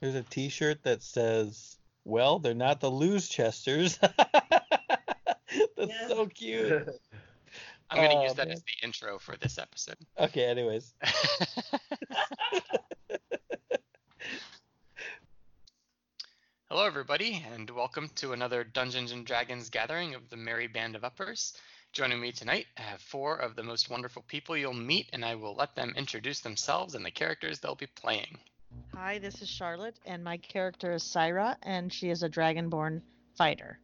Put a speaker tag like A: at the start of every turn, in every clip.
A: There's a T-shirt that says, "Well, they're not the lose Chesters." That's
B: Yeah.
A: so cute.
C: I'm gonna
A: Oh,
C: use that
A: man.
C: as the intro for this episode.
A: Okay, anyways,
C: Hello, everybody, and welcome to another Dungeons and Dragons gathering of the Merry Band of Uppers. Joining me tonight, I have four of the most wonderful people you'll meet, and I will let them introduce themselves and the characters they'll be playing.
B: Hi, this is Charlotte, and my character is Syra, and she is a dragonborn fighter.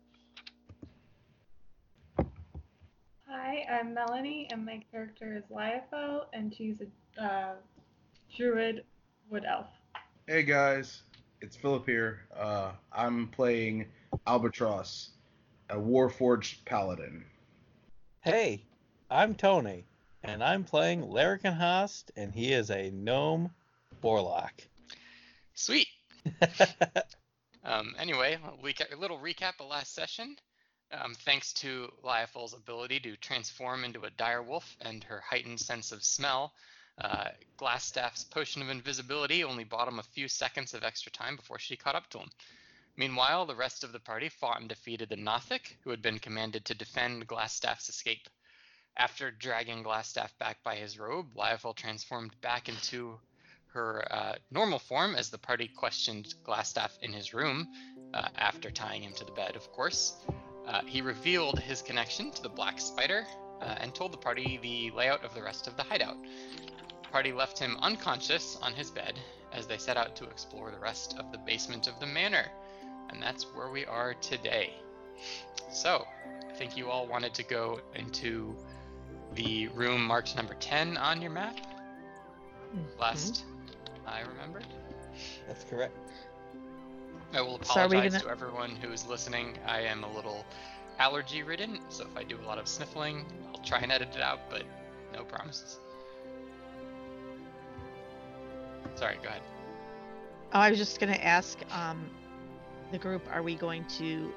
D: Hi, I'm Melanie, and my character is Liefel, and she's a uh, druid wood elf.
E: Hey guys, it's Philip here. Uh, I'm playing Albatross, a Warforged Paladin.
A: hey, I'm Tony, and I'm playing Larrikin Host, and he is a gnome Borlock.
C: Sweet. Um, anyway, we ca- a little recap of last session. Um, thanks to Lyafel's ability to transform into a dire wolf and her heightened sense of smell, uh, Glassstaff's potion of invisibility only bought him a few seconds of extra time before she caught up to him. Meanwhile, the rest of the party fought and defeated the Nothic, who had been commanded to defend Glassstaff's escape. After dragging Glassstaff back by his robe, Lyafel transformed back into her uh, normal form as the party questioned Glassstaff in his room, uh, after tying him to the bed, of course. Uh, he revealed his connection to the Black Spider uh, and told the party the layout of the rest of the hideout. The party left him unconscious on his bed as they set out to explore the rest of the basement of the manor. And that's where we are today. So, I think you all wanted to go into the room marked number 10 on your map,
B: Mm-hmm.
C: last I remember.
A: That's correct.
C: I will
B: So are we
C: apologize
B: gonna-
C: to everyone who is listening. I am a little allergy ridden, so if I do a lot of sniffling, I'll try and edit it out, but no promises. Sorry, go ahead.
B: Oh, I was just going to ask um, the group are we going to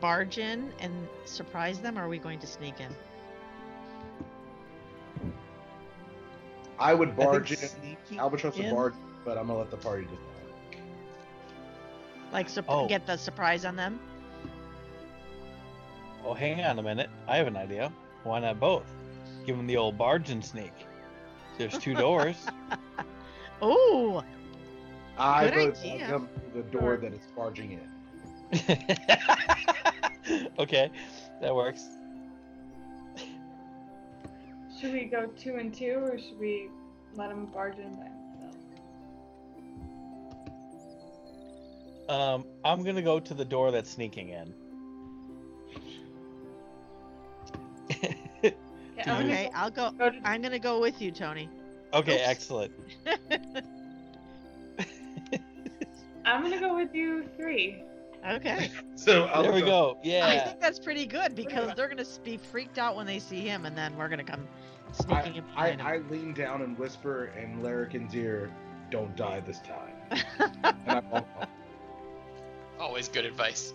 B: barge in and surprise them, or are we going to sneak in?
E: I would
A: I think
E: barge in.
A: sneaking
E: Albatross
A: in-
E: would barge, but I'm gonna let the party decide.
B: Like, sup-
A: Oh.
B: get the surprise on them?
A: Oh, hang on a minute. I have an idea. Why not both? Give him the old barge and sneak. There's two doors.
B: Oh,
E: I
B: Good
E: vote
B: idea.
E: I come through the door that it's barging in.
A: okay, that works.
D: Should we go two and two, or should we let them barge in by themselves?
A: Um, I'm gonna go to the door that's sneaking in.
D: Yeah, I'm
B: okay.
D: gonna
B: I'll go.
D: Go to,
B: I'm going to go with you, Tony.
A: Okay,
B: Oops.
A: excellent.
D: I'm gonna go with you three.
B: Okay.
E: So
A: there we go.
B: I
A: Yeah.
B: think that's pretty good because they're going to be freaked out when they see him, and then we're going to come sneaking in
E: I,
B: behind him.
E: I lean down and whisper in Larrikin's ear, "Don't die this time." and I walk off.
C: Always good advice.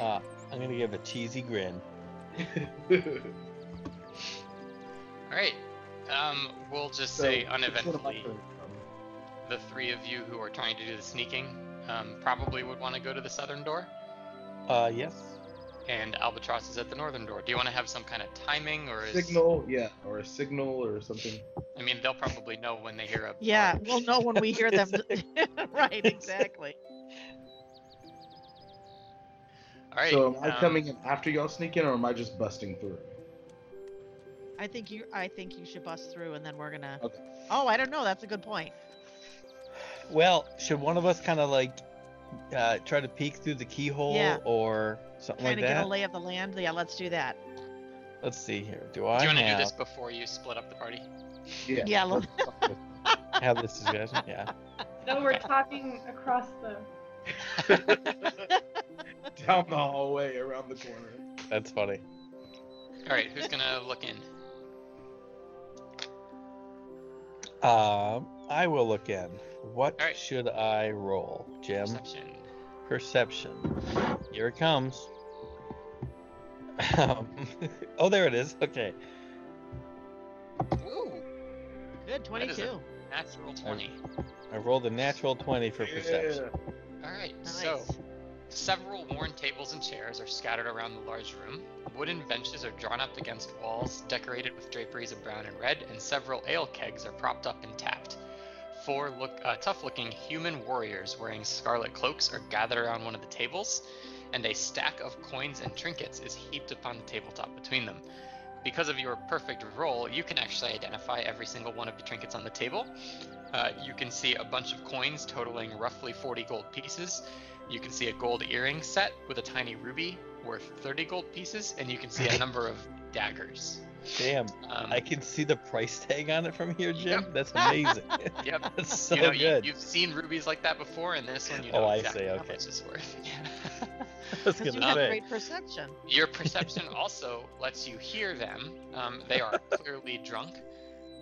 A: Uh, I'm gonna give a cheesy grin.
C: All right. Um, we'll just
E: So,
C: say
E: which one am I
C: uneventfully,
E: coming from?
C: the three of you who are trying to do the sneaking um, probably would want to go to the southern door,
A: Uh, yes.
C: and Albatross is at the northern door. Do you want to have some kind of timing or is...
E: Signal, yeah, or a signal or something.
C: I mean, they'll probably know when they hear a.
B: Yeah, we'll know when we hear them. right, exactly.
C: All right.
E: so am I
C: um,
E: coming in after y'all sneak in, or am I just busting through?
B: I think you I think you should bust through and then we're gonna
E: Okay.
B: Oh, I don't know, that's a good point.
A: Well, should one of us kind of like uh, try to peek through the keyhole
B: Yeah.
A: or something
B: Kinda
A: like
B: get
A: that?
B: a lay of the land. Yeah, let's do that.
A: Let's see here. Do
C: Do
A: I
C: you want to do
A: have,
C: this before you split up the party?
E: Yeah.
B: Yeah, look.
A: have this discussion? Yeah.
D: No, we're talking across the.
E: Down the hallway, around the corner.
A: That's funny.
C: All right, who's gonna look in?
A: Um, I will look in. What
C: All right.
A: should I roll, Jim?
C: Perception.
A: Perception. Here it comes. Um, oh, there it is. Okay.
C: Ooh,
B: Good
C: That
B: twenty
C: is a-
B: two.
C: natural twenty.
A: I rolled a natural 20 for perception.
C: All right.
B: Nice.
C: So Several worn tables and chairs are scattered around the large room. Wooden benches are drawn up against walls, decorated with draperies of brown and red, and several ale kegs are propped up and tapped. Four look, uh, tough-looking human warriors wearing scarlet cloaks are gathered around one of the tables, and a stack of coins and trinkets is heaped upon the tabletop between them. Because of your perfect roll, you can actually identify every single one of the trinkets on the table. Uh, you can see a bunch of coins totaling roughly 40 gold pieces, you can see a gold earring set with a tiny ruby worth 30 gold pieces, and you can see a number of daggers.
A: Damn,
C: Um,
A: I can see the price tag on it from here, Jim. That's amazing.
C: yep.
A: That's so
C: you know,
A: good.
C: You, have seen rubies like that before, and this one you
A: Oh,
C: know
A: I
C: exactly
A: see,
C: how
A: okay.
C: much it's worth.
A: I was
B: 'Cause you
A: gonna
B: have
A: say.
B: great perception.
C: Your perception also lets you hear them. Um, they are clearly drunk,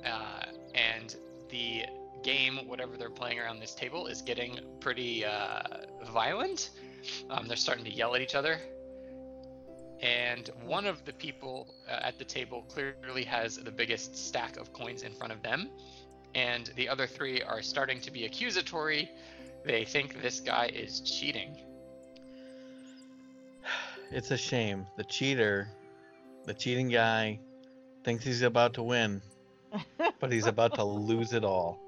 C: uh, and the game, whatever they're playing around this table, is getting pretty uh, violent. Um, they're starting to yell at each other, and one of the people uh, at the table clearly has the biggest stack of coins in front of them, and the other three are starting to be accusatory. They think this guy is cheating.
A: It's a shame. The cheater, the cheating guy, thinks he's about to win, but he's about to lose it all.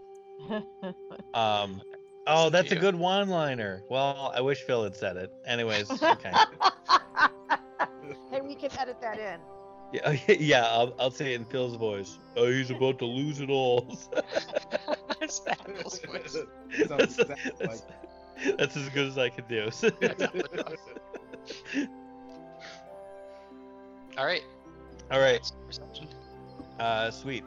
A: Um, oh,
C: It's
A: that's a
C: you.
A: good one-liner. Well, I wish Phil had said it. Anyways, okay.
B: and we can edit that in.
A: yeah, yeah I'll, I'll say it in Phil's voice. Oh, he's about to lose it all.
C: It's Apple's voice.
A: that's,
E: Sounds exactly
A: that's-
E: like-
A: that's as good as I could do.
C: All right.
A: all right,
C: That's perception.
A: uh, sweet.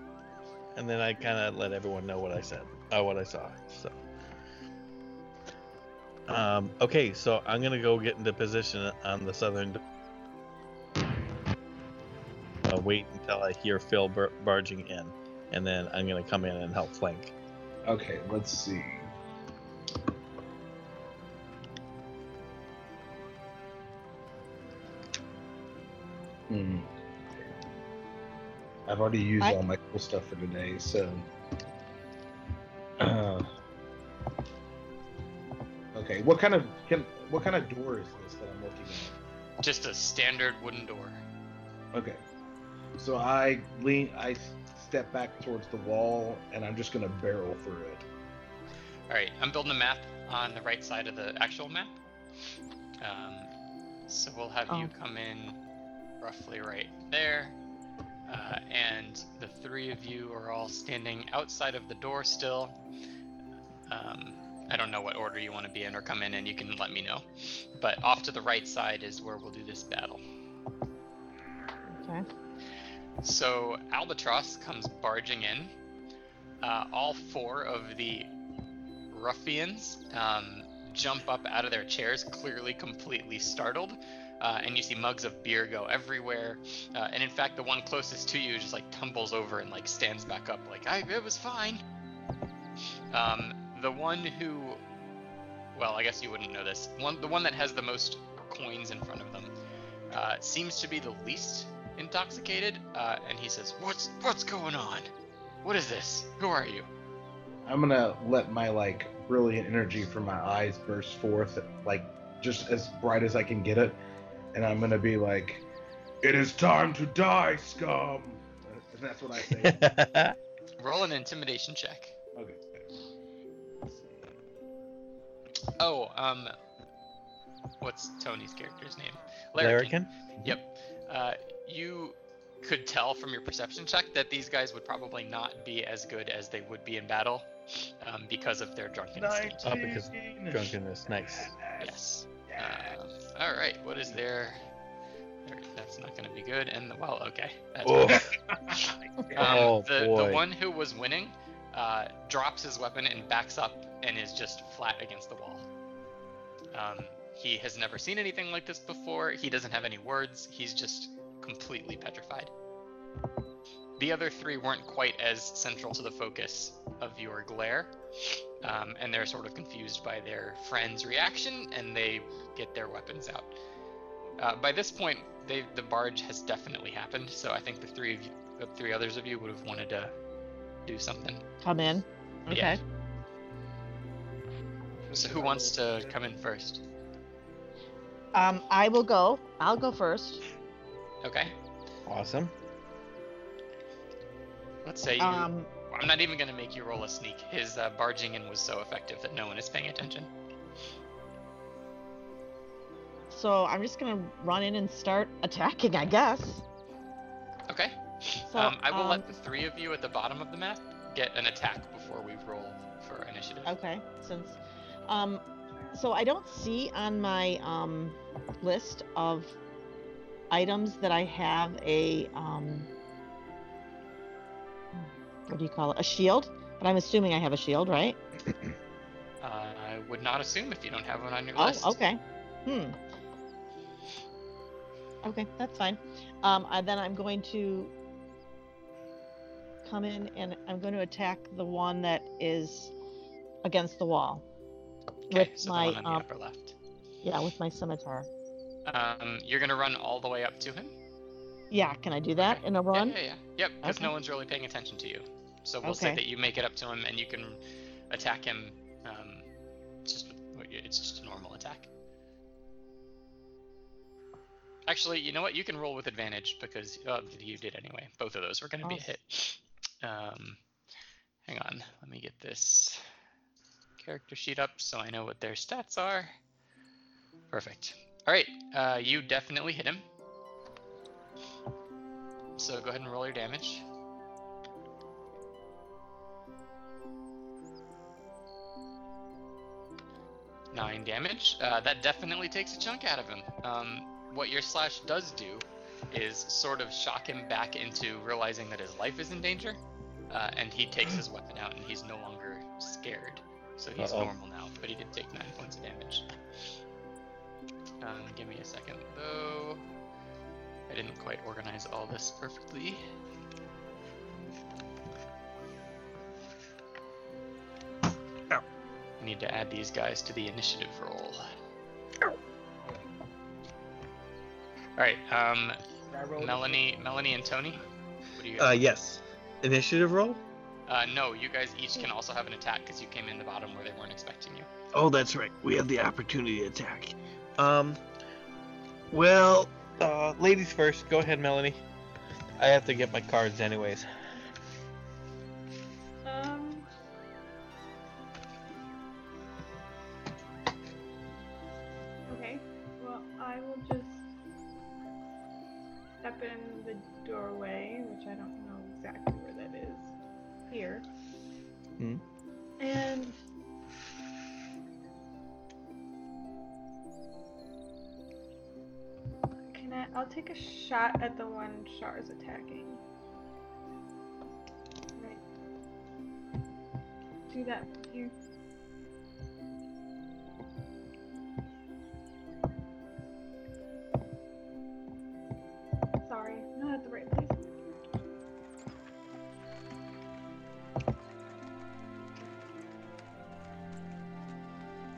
A: And then I kind of let everyone know what I said, uh, what I saw. So, um, okay, so I'm gonna go get into position on the southern. d- Uh, wait until I hear Phil bur- barging in, and then I'm gonna come in and help flank.
E: Okay, let's see. Hmm. I've already used
B: I-
E: all my cool stuff for today, so. Uh, okay, what kind of can what kind of door is this that I'm looking at?
C: Just a standard wooden door.
E: Okay. So I lean, I step back towards the wall, and I'm just gonna barrel through it.
C: All right. I'm building a map on the right side of the actual map. Um, so we'll have you
B: Oh.
C: come in roughly right there. Uh, and the three of you are all standing outside of the door still. Um, I don't know what order you want to be in or come in, and you can let me know. But off to the right side is where we'll do this battle.
B: Okay.
C: So Albatross comes barging in. Uh, all four of the ruffians um, jump up out of their chairs, clearly completely startled. Uh, and you see mugs of beer go everywhere. Uh, and in fact, the one closest to you just like tumbles over and like stands back up, like, I, it was fine. Um, the one who, well, I guess you wouldn't know this. One, the one that has the most coins in front of them uh, seems to be the least intoxicated, uh, and he says, "What's what's going on? What is this? Who are you?"
E: I'm gonna let my like brilliant energy from my eyes burst forth, like just as bright as I can get it, and I'm gonna be like, "It is time to die, scum!" And that's what I say.
C: Roll an intimidation check.
E: okay.
C: Oh, um, what's Tony's character's name?
A: Larrikin?
C: Yep. Uh, you could tell from your perception check that these guys would probably not be as good as they would be in battle, um, because of their drunkenness. state.
A: Oh, because drunkenness. Nice.
C: Yes. Um, all right. What is their? their- That's not going to be good. And the, well, okay. That's
A: Oh.
C: better. Um,
A: Oh,
C: the,
A: boy.
C: the one who was winning uh, drops his weapon and backs up and is just flat against the wall. Um, he has never seen anything like this before. He doesn't have any words. He's just completely petrified. The other three weren't quite as central to the focus of your glare, um, and they're sort of confused by their friend's reaction, and they get their weapons out. Uh, by this point, they, the barge has definitely happened, so I think the three of you, the three others of you would have wanted to do something.
B: Come in. Okay.
C: Yeah. So who wants to come in first?
F: Um, I will go. I'll go first.
C: Okay.
A: Awesome.
C: Let's say you.
F: Um,
C: I'm not even gonna make you roll a sneak. His uh, barging in was so effective that no one is paying attention.
F: so I'm just gonna run in and start attacking, I guess.
C: Okay.
F: So,
C: um, I will
F: um,
C: let the three of you at the bottom of the map get an attack before we roll for initiative.
F: Okay, since, um, so I don't see on my um list of items that I have a um what do you call it a shield, but I'm assuming I have a shield, right?
C: Uh, I would not assume if you don't have one on your list.
F: Oh, okay. Hmm. Okay, that's fine. Um, I, then I'm going to come in and I'm going to attack the one that is against the wall.
C: Okay,
F: with
C: so
F: my
C: the one on
F: um,
C: the upper left.
F: yeah, with my scimitar.
C: Um, you're gonna run all the way up to him.
F: Yeah, can I do that
C: Okay.
F: in a run?
C: Yeah, yeah, yeah. Yep, because no
F: Okay.
C: one's really paying attention to you. So we'll say
F: Okay.
C: that you make it up to him and you can attack him. Um, just with- it's just a normal attack. Actually, you know what? You can roll with advantage because uh, you did anyway. Both of those were going to be a
F: Oh.
C: hit. Um, hang on, let me get this character sheet up so I know what their stats are. Perfect. All right, uh, you definitely hit him. So go ahead and roll your damage. Nine damage. Uh, that definitely takes a chunk out of him. Um, what your slash does do is sort of shock him back into realizing that his life is in danger, uh, and he takes his weapon out and he's no longer scared. So he's
A: Uh-oh.
C: normal now, but he did take nine points of damage. Um, give me a second, though. I didn't quite organize all this perfectly. I need to add these guys to the initiative roll. Alright, um, Melanie, Melanie and Tony? What do you
G: Uh, yes. Initiative roll?
C: uh, no, you guys each can also have an attack because you came in the bottom where they weren't expecting you.
G: Oh, that's right. We have the opportunity to attack. Um, well,
A: Uh, ladies first. Go ahead, Melanie. I have to get my cards anyways.
D: Um. Okay. Well, I will just step in the doorway, which I don't know exactly where that is. Here.
A: Hmm.
D: And. Can I? I'll take a shot at the one Char's attacking. Right do that here. Sorry, not at the right place.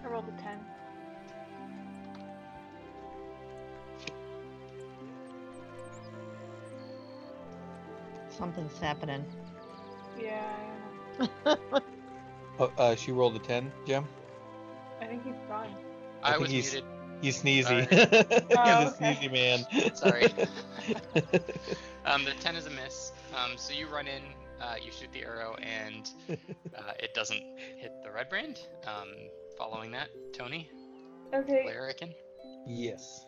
D: I rolled a 10.
F: Something's happening.
D: Yeah,
A: Uh, uh, she rolled a ten, Jim.
D: I think he's gone.
A: I
C: I,
A: think
C: was
A: he's-
C: muted.
A: He's sneezy.
D: Oh,
A: He's a
D: okay.
A: sneezy man.
C: Sorry. Um, the 10 is a miss. Um, so you run in, uh, you shoot the arrow, and uh, it doesn't hit the red brand. Um, following that, Tony,
D: Okay,
C: Larrikin.
A: yes.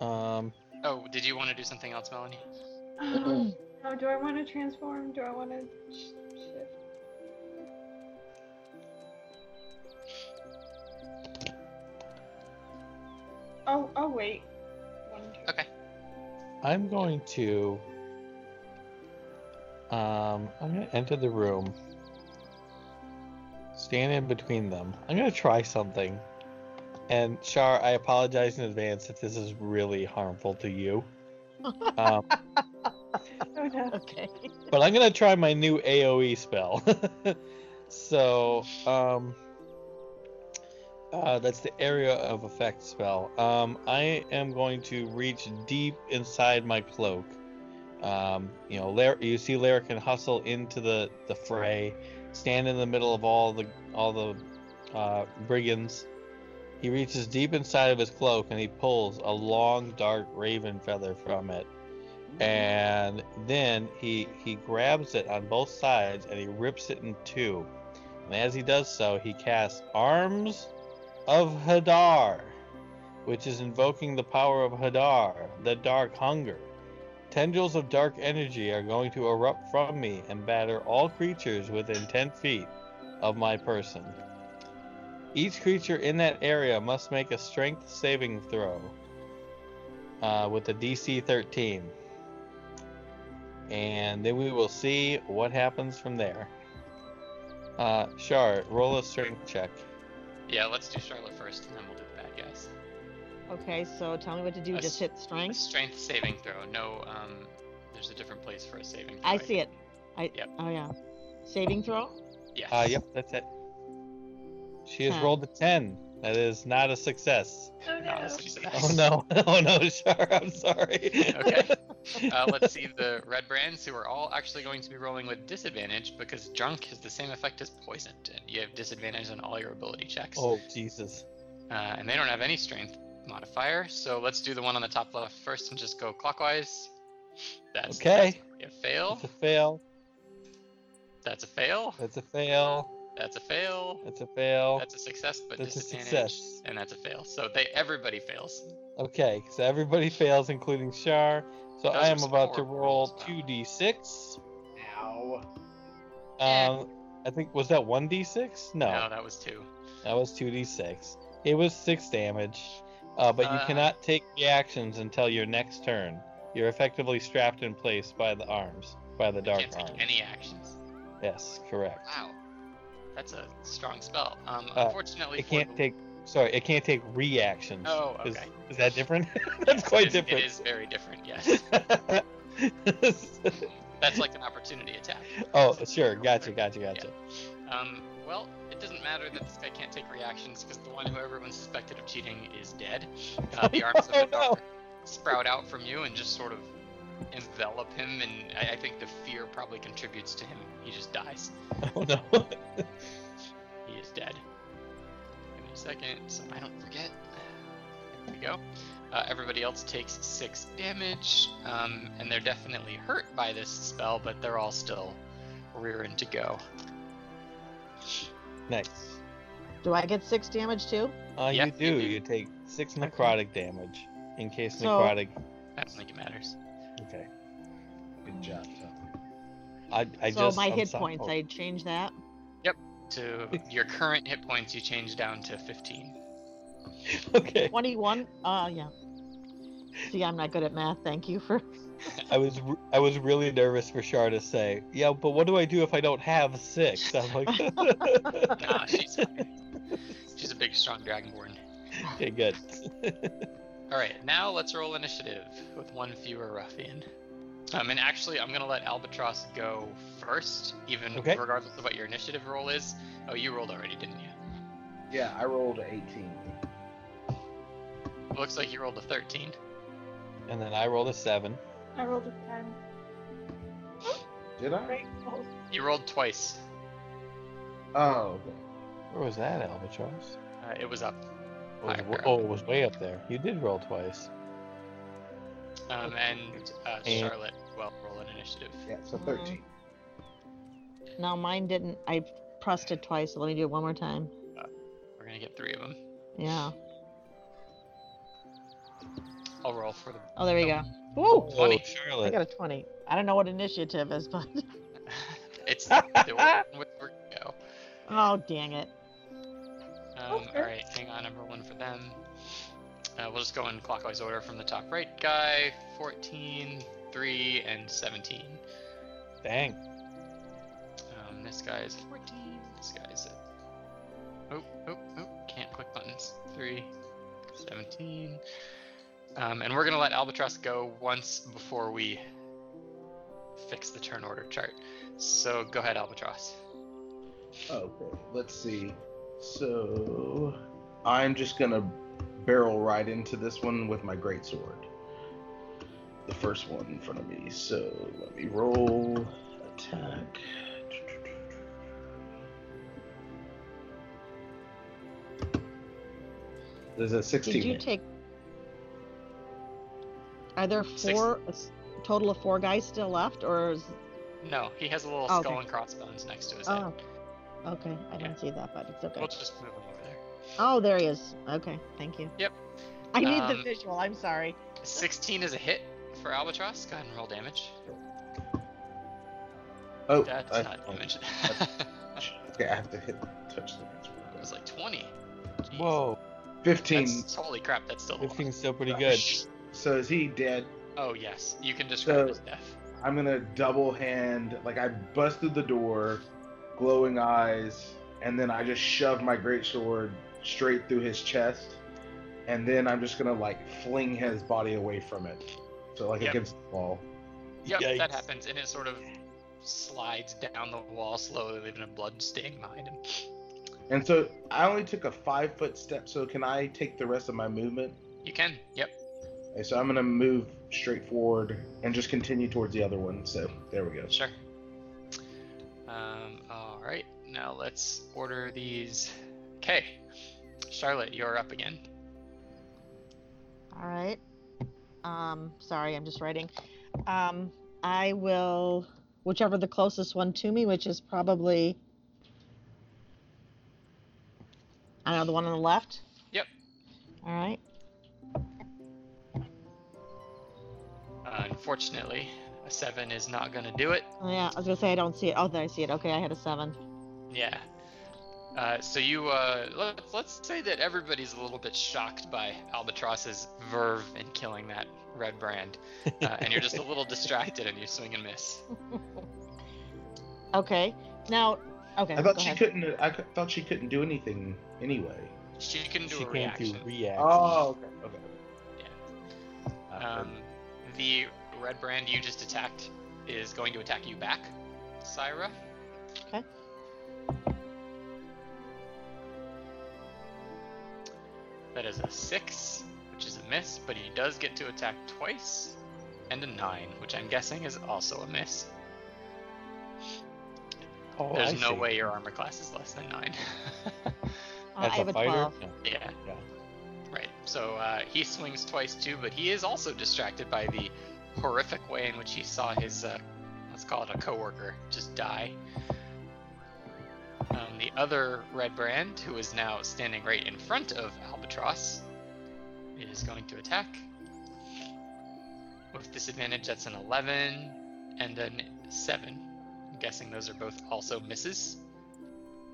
A: Um.
C: Oh, did you want to do something else, Melanie?
D: um, now do I want to transform? Do I want to sh- shift? Oh, oh wait. One turn.
A: I'm going to. Um, I'm going to enter the room. Stand in between them. I'm going to try something. And Char, I apologize in advance if this is really harmful to you. Um,
D: Oh no.
F: Okay.
A: but I'm going to try my new AoE spell. so, um, uh, that's the area of effect spell. Um, I am going to reach deep inside my cloak. Um, you know, Lar- you see Larrick and hustle into the, the fray, stand in the middle of all the all the uh, brigands. He reaches deep inside of his cloak and he pulls a long, dark raven feather from it. And then he he grabs it on both sides and he rips it in two. And as he does so, he casts Arms of Hadar, which is invoking the power of Hadar, the dark hunger. Tendrils of dark energy are going to erupt from me and batter all creatures within 10 feet of my person. Each creature in that area must make a strength saving throw uh, with a DC 13. And then we will see what happens from there. Uh, Char, roll a strength check.
C: Yeah, let's do Charlotte first, and then we'll do the bad guys.
F: Okay, so tell me what to do.
C: I
F: Just
C: s-
F: hit
C: A
F: strength.
C: strength saving throw. No, um, there's a different place for a saving. Throw,
F: I see it. I
C: Yep.
F: oh yeah. Saving throw.
C: Yes.
A: Uh, yep, that's it. She has
F: Ten.
A: rolled a 10. That is not a success.
D: Oh
C: Not a
D: no.
C: success.
A: Oh no, oh no, Char, I'm sorry.
C: Okay. uh, let's see the red brands who are all actually going to be rolling with disadvantage because drunk has the same effect as poisoned. and You have disadvantage on all your ability checks.
A: oh, Jesus.
C: Uh, and they don't have any strength modifier, so let's do the one on the top left first and just go clockwise. That's
A: Okay.
C: That's a fail.
A: That's a fail.
C: That's a fail.
A: That's a fail.
C: That's a fail.
A: That's a fail.
C: That's a success, but
A: Oh. That's a
C: disadvantage,
A: success.
C: and that's a fail. So they everybody fails.
A: Okay, so everybody fails, including Char. So
C: Those
A: I
C: are
A: am
C: some
A: about to
C: horrible
A: roll
C: rolls, wow.
A: 2d6.
E: Ow.
A: Um, I think, was that 1d6? No,
C: No, that was two.
A: that was 2d6. It was 6 damage. Uh, but you
C: Uh.
A: cannot take reactions until your next turn. You're effectively strapped in place by the arms, by the dark
C: Can't
A: arms.
C: take any actions.
A: Yes, correct.
C: Wow, that's a strong spell. Um,
A: Uh,
C: unfortunately,
A: It
C: for
A: can't
C: the-
A: take. Sorry, it can't take reactions.
C: Oh,
A: Is,
C: okay.
A: is that different? That's quite
C: it is-
A: different.
C: It is very different. Yes, that's like an opportunity attack.
A: oh, sure. Gotcha, gotcha, gotcha.
C: Um, well, it doesn't matter that this guy can't take reactions because the one who everyone suspected of cheating is dead. Uh, the arms
A: Oh,
C: of the
A: no.
C: dark sprout out from you and just sort of envelop him, and I, I think the fear probably contributes to him. He just dies.
A: Oh no.
C: He is dead. Give me a second, so I don't forget. There we go. Uh, everybody else takes six damage, um, and they're definitely hurt by this spell, but they're all still rearing to go.
A: nice.
F: Do I get six damage too?
A: Uh,
C: Yeah,
A: you
C: you
A: do.
C: do.
A: You take six necrotic damage in case
F: So-
A: necrotic.
C: I don't think it matters.
A: Okay.
E: Good job, Tom.
A: I, I
F: so
A: just.
F: my
A: I'm
F: hit
A: sorry.
F: points, I change that.
C: To your current hit points, you change down to 15.
A: Okay.
F: Twenty-one. Uh, yeah. See, I'm not good at math. Thank you for.
A: I was re- I was really nervous for Shar to say, yeah, but what do I do if I don't have six? I'm like,
C: Nah, she's fine. She's a big, strong dragonborn.
A: okay, good.
C: All right, now let's roll initiative with one fewer ruffian. Um, and actually, I'm gonna let Albatross go first, even
A: Okay.
C: regardless of what your initiative roll is. Oh, you rolled already, didn't you?
E: Yeah, I rolled a 18.
C: Looks like you rolled a 13.
A: And then I rolled a seven.
D: I rolled a ten.
E: Did I?
C: You rolled twice.
E: Oh,
A: Where was that albatross?
C: Uh, it was up.
A: It was,
C: Higher
A: wa-
C: up.
A: oh, it was way up there. You did roll twice.
C: Um, and uh,
A: And-
C: Charlotte, well, roll an initiative.
E: yeah, so 13.
F: No, mine didn't. I pressed it twice. So let me do it one more time.
C: We're gonna get three of them.
F: Yeah.
C: I'll roll for the.
F: Oh, there we go.
A: Oh,
F: Woo! I
A: Charlotte.
F: got a twenty. I don't know what initiative is, but
C: it's the one with where you go.
F: oh dang it.
C: Um, All right, hang on. I'm rolling for them. Uh, we'll just go in clockwise order from the top right guy, 14, 3, and 17.
A: Dang.
C: Um, this guy is 14. This guy is. Oh, oh, oh. Can't click buttons. 3, 17. Um, and we're going to let Albatross go once before we fix the turn order chart. So go ahead, Albatross.
E: Okay, let's see. So I'm just gonna barrel right into this one with my greatsword. The first one in front of me. So let me roll attack. There's a 16.
F: Did you
E: hit.
F: take? Are there
C: Six-
F: four? a s- total of four guys still left, or is?
C: No, he has a little
F: Oh,
C: skull
F: okay.
C: and crossbones next to his head.
F: Oh, okay. I didn't see that, but it's okay.
C: We'll just move him over there.
F: Oh, there he is. Okay, thank you.
C: Yep.
F: I need the
C: Um,
F: visual. I'm sorry.
C: 16 is a hit for Albatross. Go ahead and roll damage.
E: Oh,
C: That's
E: I-
C: not
E: oh,
C: damage.
E: Okay, I have to hit touch the next
C: it
E: one.
C: was like 20. Jeez.
A: Whoa,
E: 15.
C: That's, holy crap, that's still a lot.
A: 15's still pretty good.
E: So is he dead?
C: Oh, yes. You can describe
E: So-
C: his death.
E: I'm gonna double hand, like I bust through the door, glowing eyes, and then I just shove my greatsword straight through his chest, and then I'm just gonna like fling his body away from it, so like
C: Yep.
E: against the wall.
C: Yep, that
A: Yikes.
C: happens, and it sort of slides down the wall slowly, leaving a blood stain behind him.
E: And so I only took a five foot step, so can I take the rest of my movement?
C: You can. Yep.
E: Okay, so I'm gonna move straight forward and just continue towards the other one. So there we go.
C: Sure. Um, all right. Now let's order these. Okay. Charlotte, you're up again.
F: All right. Um, sorry, I'm just writing. Um, I will, whichever the closest one to me, which is probably, I don't know, the one on the left.
C: Yep.
F: All right.
C: Uh, unfortunately, a seven is not gonna do it.
F: Oh, yeah, I was gonna say I don't see it. Oh, there I see it. Okay, I had a seven.
C: Yeah. Uh, so you uh, let, let's say that everybody's a little bit shocked by Albatross's verve in killing that red brand, uh, and you're just a little distracted and you swing and miss.
F: Okay. Now, okay.
E: I thought
F: go
E: she
F: ahead.
E: couldn't. I cou- thought she couldn't do anything anyway.
C: She can do
A: She
C: a
A: can't
C: reaction.
A: do react. Uh,
E: Oh, okay. Okay.
C: Um, the red brand you just attacked is going to attack you back, Syra.
F: Okay.
C: That is a six, which is a miss, but he does get to attack twice, and a nine, which I'm guessing is also a miss.
A: Oh,
C: There's
A: I
C: no
A: see.
C: way your armor class is less than nine.
A: As
F: Uh, I
A: a
F: have a
A: fighter?
F: twelve.
A: No.
C: yeah.
A: Yeah.
C: Right. So uh, he swings twice too, but he is also distracted by the horrific way in which he saw his, uh, let's call it a coworker, just die. Um, the other red brand, who is now standing right in front of Albatross, is going to attack. With disadvantage, that's an 11 and then 7. I'm guessing those are both also misses.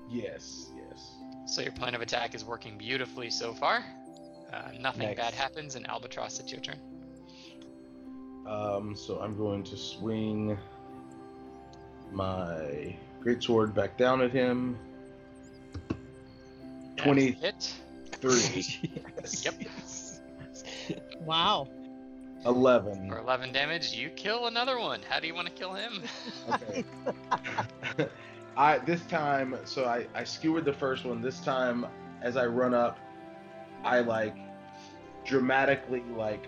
E: Yes. Yes.
C: So your plan of attack is working beautifully so far. Uh, nothing
A: Nice.
C: bad happens, and Albatross, it's your turn.
E: Um, so I'm going to swing my greatsword back down at him.
C: That's
E: 20.
C: hit.
E: Three,
C: Yep.
F: Wow.
E: eleven.
C: For 11 damage, you kill another one. How do you want to kill him?
E: Okay. I this time, so I I skewered the first one. This time, as I run up, I like dramatically like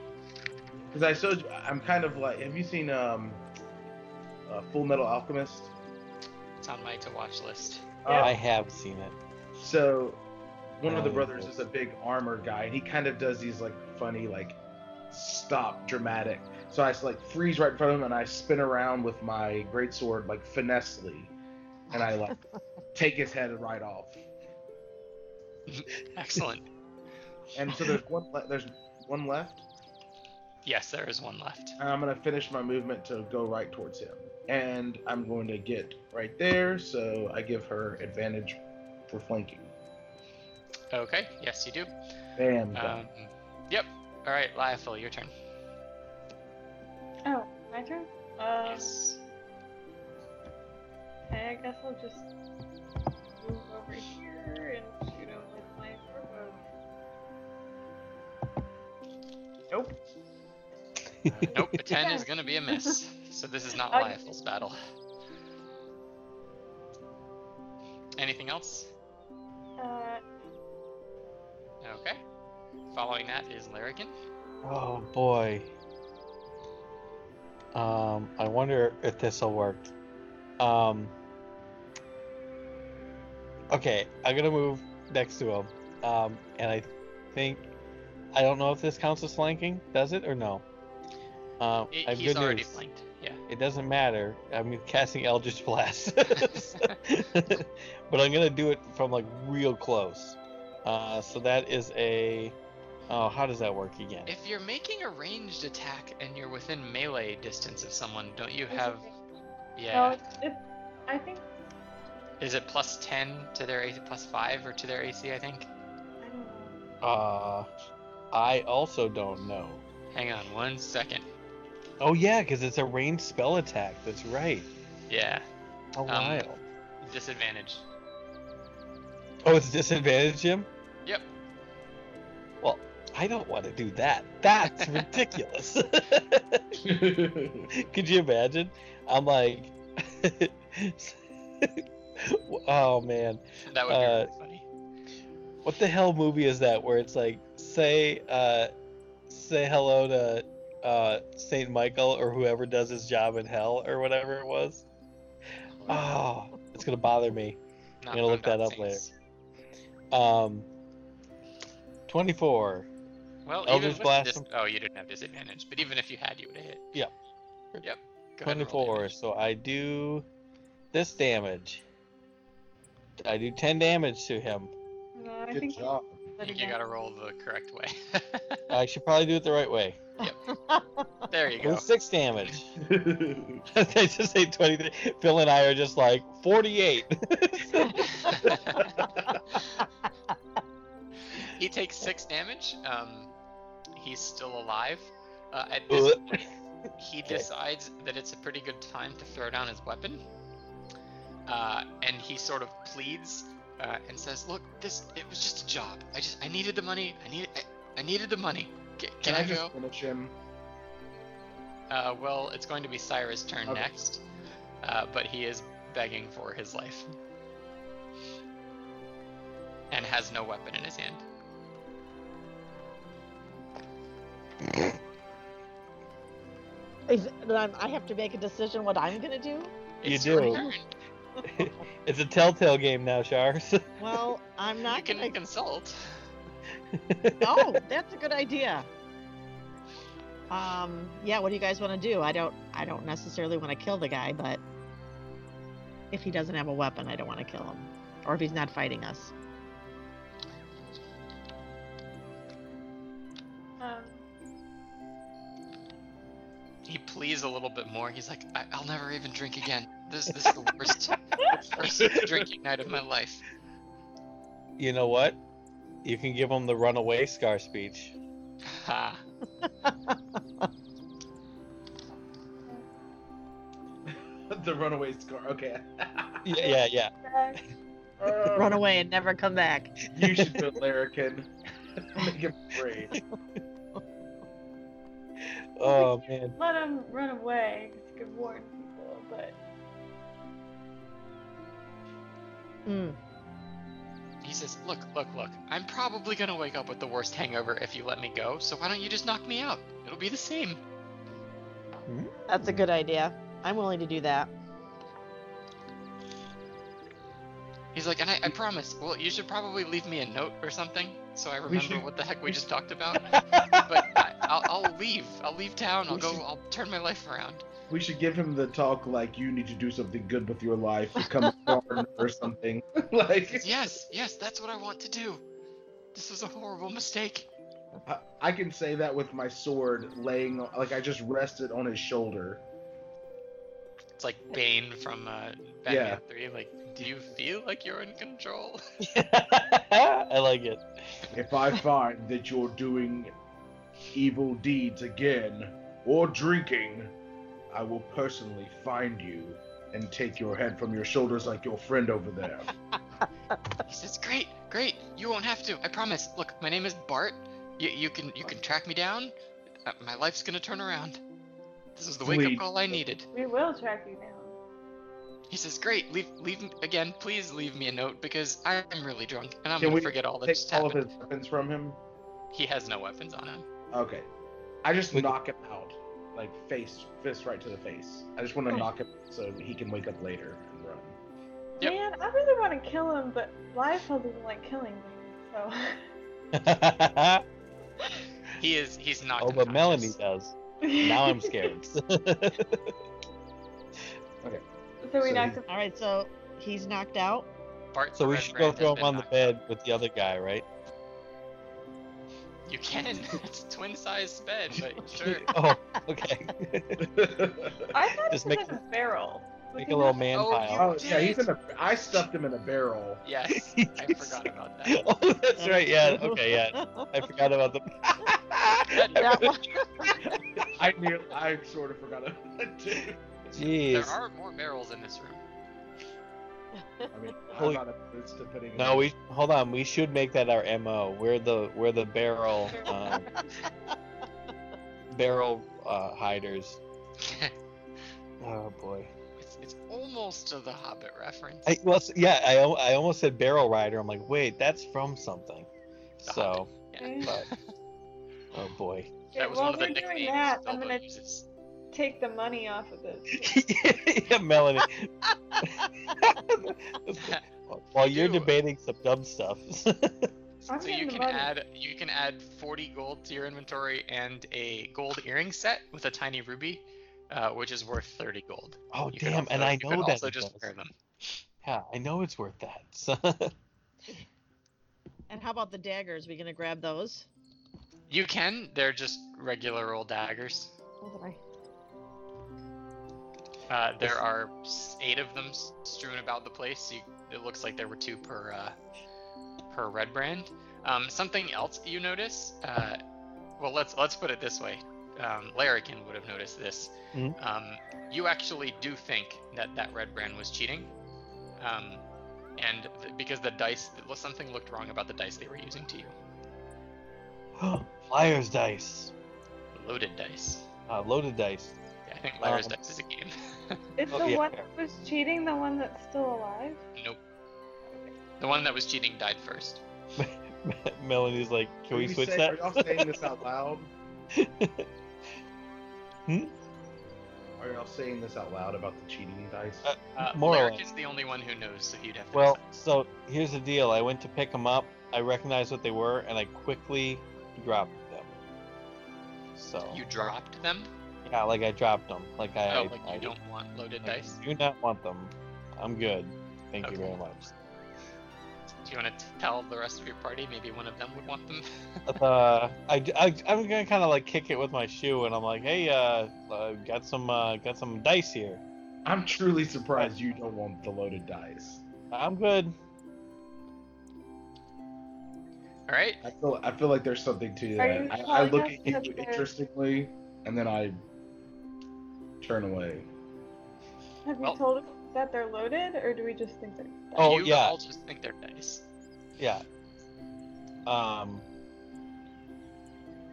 E: because I so I'm kind of like. Have you seen um, uh, Full Metal Alchemist?
C: it's on my to watch list.
E: Uh,
A: I have seen it.
E: So one of the
A: Oh,
E: brothers
A: yes.
E: is a big armored guy, and he kind of does these like funny like stop dramatic. So I s- like freeze right in front of him, and I spin around with my greatsword like finessely, and I like take his head right off.
C: Excellent.
E: And so there's one le- there's one left,
C: yes, there is one left.
E: and I'm gonna finish my movement to go right towards him, and I'm going to get right there. So I give her advantage for flanking.
C: Okay, yes, you do.
E: Bam. done.
C: Um, yep. All right, Liafil, your turn.
D: Oh, my turn? Um,
C: Yes.
D: Okay, I guess I'll just move over here and shoot him with my crossbow.
C: Uh, Nope, a 10 is going to be a miss. So this is not
D: I-
C: Liafil's battle. Anything else?
D: Uh,
C: Okay. Following that is Larrikin.
A: Oh boy. Um, I wonder if this will work. Um. Okay, I'm gonna move next to him. Um, and I think I don't know if this counts as flanking. Does it or no? Uh,
C: It,
A: I have
C: he's
A: good
C: already
A: news.
C: flanked. Yeah.
A: It doesn't matter. I'm casting Eldritch Blast, but I'm gonna do it from like real close. Uh, so that is a. Oh, how does that work again?
C: If you're making a ranged attack and you're within melee distance of someone, don't you have?
D: No,
C: Yeah.
D: it's, it's, I think
C: Is it plus ten to their AC, plus five or to their AC? I think.
D: I don't know.
A: Uh, I also don't know.
C: Hang on one second.
A: Oh yeah, because it's a ranged spell attack. That's right.
C: Yeah.
A: Oh wow.
C: Disadvantage.
A: Oh, it's disadvantage, Jim.
C: Yep.
A: Well, I don't want to do that. That's ridiculous. Could you imagine? I'm like, oh man,
C: That would be
A: Uh,
C: really funny.
A: what the hell movie is that? Where it's like, say, uh, say hello to uh, Saint Michael or whoever does his job in hell or whatever it was. Oh, it's gonna bother me.
C: Not
A: gonna look that
C: Boondock
A: up later.
C: Saints.
A: Um, twenty-four.
C: Well,
A: Eldritch
C: even with
A: Blast
C: dis-
A: him.
C: oh, you didn't have disadvantage, but even if you had, you would have hit.
A: Yeah.
C: Yep. Go ahead and roll
A: 24
C: damage.
A: so i do this damage i do 10 damage to him
D: No, I
E: Good
D: think
E: job.
C: I think you gotta roll the correct way.
A: i should probably do it the right way
C: there you
A: Well,
C: go.
A: six damage i just say 23 phil and i are just like 48
C: he takes six damage. Um, he's still alive. Uh, at this
A: Ugh.
C: point, he
A: Okay.
C: decides that it's a pretty good time to throw down his weapon. Uh, and he sort of pleads uh, and says, "Look, this—it was just a job. I just—I needed the money. I need—I I needed the money. C-
E: Can
C: can, I,
E: I
C: go?"
E: just finish him?
C: Uh, well, it's going to be Cyrus' turn
E: Okay.
C: next, uh, but he is begging for his life. And has no weapon in his hand.
F: Is, then I'm- I have to make a decision what I'm gonna do.
A: You
C: It's your
A: do.
C: turn.
A: it's a telltale game now shars
F: Well, I'm
C: You
F: not
C: can
F: gonna.
C: consult.
F: Oh, that's a good idea. Um, yeah. What do you guys want to do? I don't. I don't necessarily want to kill the guy, but if he doesn't have a weapon, I don't want to kill him, or if he's not fighting us.
D: Um,
C: He pleads a little bit more. He's like, I- I'll never even drink again. This this is the worst, the worst drinking night of my life.
A: you know what you can give him the runaway scar speech
C: Ha.
E: the runaway scar. Okay.
A: yeah yeah, yeah.
D: uh,
E: Oh,
F: Run away and never come back.
E: You should do it, Larrikin. Make him afraid.
A: oh man
D: let him run away. 'cause he could warn people, but
E: Hmm.
F: Mm.
C: He says, Look, look, look. I'm probably gonna wake up with the worst hangover if you let me go. So why don't you just knock me out? It'll be the same.
F: That's a good idea. I'm willing to do that.
C: He's like, and I, I promise. Well, you should probably leave me a note or something, so I remember
E: should-
C: what the heck we just talked about. but I, I'll, I'll leave. I'll leave town. I'll
E: We
C: go.
E: should-
C: I'll turn my life around.
E: We should give him the talk like you need to do something good with your life, become a farmer or something.
C: He says,
E: like
C: yes, yes, that's what I want to do. This was a horrible mistake.
E: I, I can say that with my sword laying like I just rested on his shoulder.
C: It's like Bane from uh, Batman
E: Yeah.
C: Three. Like, do you feel like you're in control?
A: i like it
E: If I find that you're doing evil deeds again or drinking, I will personally find you and take your head from your shoulders like your friend over there.
C: He says, great, great. You won't have to. I promise. Look, my name is Bart. You, you can you can track me down. Uh, my life's gonna turn around. This is the wake up
E: Please.
C: call I needed.
D: we will track you down.
C: He says, "Great, leave, leave me- again. Please leave me a note because I'm really drunk and I'm
E: Can
C: gonna
E: we
C: forget all that
E: Take
C: just
E: all of
C: happened."
E: his weapons from him.
C: He has no weapons on him.
E: Okay. I just
A: We-
E: knock him out. Like face fist right to the face. I just want to
F: Oh.
E: knock him so he can wake up later and run.
C: Yep.
D: Man, I really want to kill him, but Liefeld doesn't like killing things, so
A: oh,
C: He is he's knocked.
A: but
C: unconscious.
A: Melanie does. Now I'm scared.
D: so we
E: So
D: knocked
E: he-
D: him.
F: All right, so he's knocked out.
C: Bart's
A: so we
C: red
A: should go
C: brand has
A: throw him
C: been
A: on the
C: knocked
A: bed with the other guy, right?
C: out. You can. It's a twin-sized bed, but sure.
A: oh, okay.
D: I thought
A: Just
D: it
A: make-
D: was in a barrel. We
A: Make a
D: can
A: little
D: have-
A: man
C: Oh,
A: pile.
E: oh yeah, he's in a. I stuffed him in a barrel.
C: Yes, I forgot about that.
A: Oh, that's right. Yeah. Okay. Yeah. I forgot about the.
F: that one.
E: I knew. I sort of forgot about that too.
C: There
A: Jeez.
C: are more barrels in this room.
E: I mean,
A: Holy-
E: I'm not opposed to putting.
A: No, we hold on. We should make that our mo. We're the we're the barrel um, barrel uh, hiders. Oh boy.
C: it's, it's almost to the Hobbit reference.
A: I, well, s- yeah. I, al- I almost said barrel rider. I'm like, wait, that's from something.
C: The
A: So,
C: Yeah.
A: but oh boy.
D: Okay,
C: That was
D: while
C: one of the
D: we're doing
C: nicknames
D: that, I'm
C: Bilbo
D: gonna
C: uses.
D: take the money off of this.
A: yeah, Melanie. While you're
C: You-
A: debating some dumb stuff.
D: I'm
C: So you
D: getting the
C: can
D: money.
C: add you can add 40 gold to your inventory and a gold earring set with a tiny ruby, uh, which is worth 30 gold.
A: oh
C: You can
A: damn! And
C: also-
A: I
C: you
A: know
C: could
A: that.
C: also
A: it
C: just
A: does.
C: wear them.
A: Yeah, I know it's worth that. So,
F: And how about the daggers? we gonna grab those?
C: You can. They're just regular old daggers.
F: Oh, did I-
C: Uh, there
A: Yes.
C: are s- eight of them s- strewn about the place. You, it looks like there were two per uh, per red brand. Um, something else you notice. Uh, well, let's let's put it this way. Um, Larrikin would have noticed this.
A: Mhm.
C: Um, you actually do think that that red brand was cheating, um, and th- because the dice something looked wrong about the dice they were using to you.
A: Flyers dice,
C: Loaded dice.
A: uh, loaded dice.
C: Yeah, I think Lyra's
A: Um,
C: dice is a game.
D: Is
A: Oh,
D: the
A: yeah,
D: one
A: fair.
D: that was cheating the one that's still alive?
C: nope. The one that was cheating died first.
A: Melanie's like, can we,
E: Are you
A: switch
E: say-
A: that?
E: Are y'all saying this out loud?
A: Hmm?
E: Are y'all saying this out loud about the cheating dice?
A: Uh,
C: Uh,
A: More or
C: Larrick
A: less.
C: is the only one who knows, so you'd have to.
A: Well,
C: decide.
A: so here's the deal. I went to pick them up. I recognized what they were, and I quickly dropped them. So
C: you dropped them.
A: yeah, like I dropped them. Like I,
C: oh, like
A: I
C: you don't want loaded
A: I
C: dice.
A: do not want them. I'm good. Thank you
C: Okay.
A: very much.
C: Do you want to tell the rest of your party? Maybe one of them would want them.
A: uh, I, I, I'm gonna kind of like kick it with my shoe, and I'm like, hey, uh, uh got some, uh, got some dice here.
E: I'm truly surprised
A: uh,
E: you don't want the loaded dice.
A: I'm good.
C: All right.
E: I feel I feel like there's something to
D: Are you
E: that. I, I look
D: telling
E: at
D: us that
E: you
D: there's-
E: interestingly, and then I turn away.
D: Have
C: Well-
D: you told us that they're loaded, or do we just think they're?
A: Oh,
C: you
A: yeah.
C: all just think they're dice.
A: Yeah. Um.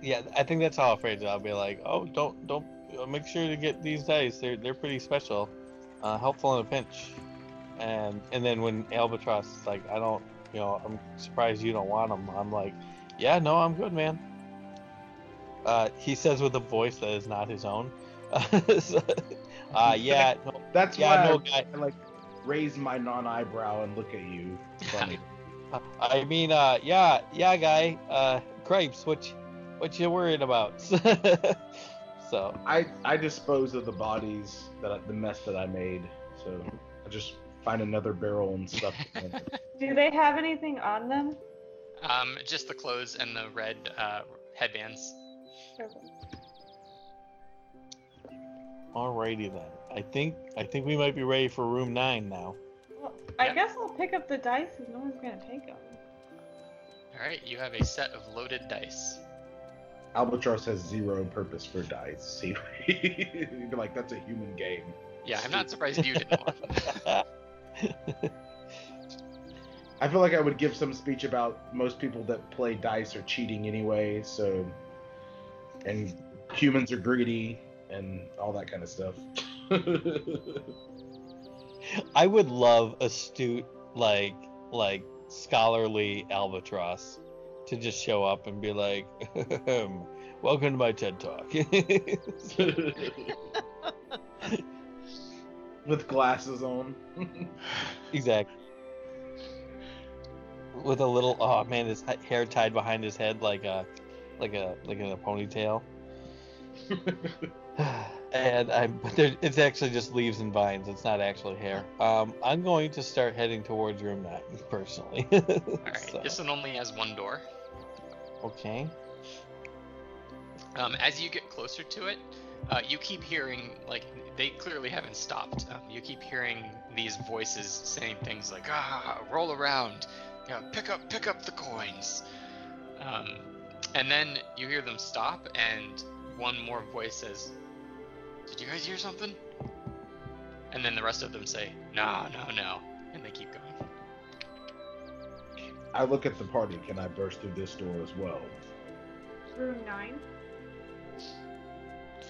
A: Yeah, I think that's how I'll phrase it. I'll be like, oh, don't, don't, uh, make sure to get these dice. They're, they're pretty special, uh, helpful in a pinch. And and then when Albatross is like, I don't, you know, I'm surprised you don't want them. I'm like, yeah, no, I'm good, man. Uh, he says with a voice that is not his own. So, uh, yeah, no,
E: That's
A: Yeah,
E: why
A: no,
E: I,
A: guy-
E: I, like raise my non-eyebrow and look at you. Funny.
A: I mean, uh, yeah, yeah, guy. Uh, cripes, what, you- what you worried about? so,
E: I I dispose of the bodies that I, the mess that I made. So I just find another barrel and stuff. it in it.
D: Do they have anything on them?
C: Um, just the clothes and the red uh, headbands.
A: alrighty then. I think, I think we might be ready for room nine now.
D: Well, I
C: Yeah.
D: guess I'll pick up the dice if no one's gonna take them.
C: All right. You have a set of loaded dice.
E: Albatross has zero purpose for dice. He, he'd be like that's a human game.
C: Yeah, I'm not surprised you didn't want them.
E: I feel like I would give some speech about most people that play dice are cheating anyway. So, and humans are greedy and all that kind of stuff.
A: I would love astute, like, like scholarly albatross to just show up and be like, "Welcome to my TED Talk."
E: With glasses on.
A: exactly. with a little oh man his ha- hair tied behind his head like a like a like in a ponytail and i but there, it's actually just leaves and vines it's not actually hair um i'm going to start heading towards room nine personally
C: All right.
A: So,
C: This one only has one door.
A: okay
C: Um, as you get closer to it, uh, you keep hearing like they clearly haven't stopped. Um, you keep hearing these voices saying things like "Ah, roll around, yeah, pick up, pick up the coins," um, and then you hear them stop, and one more voice says, "Did you guys hear something?" And then the rest of them say, "No, no, no," and they keep going.
E: I look at the party. Can I burst through this door as well?
D: Room nine.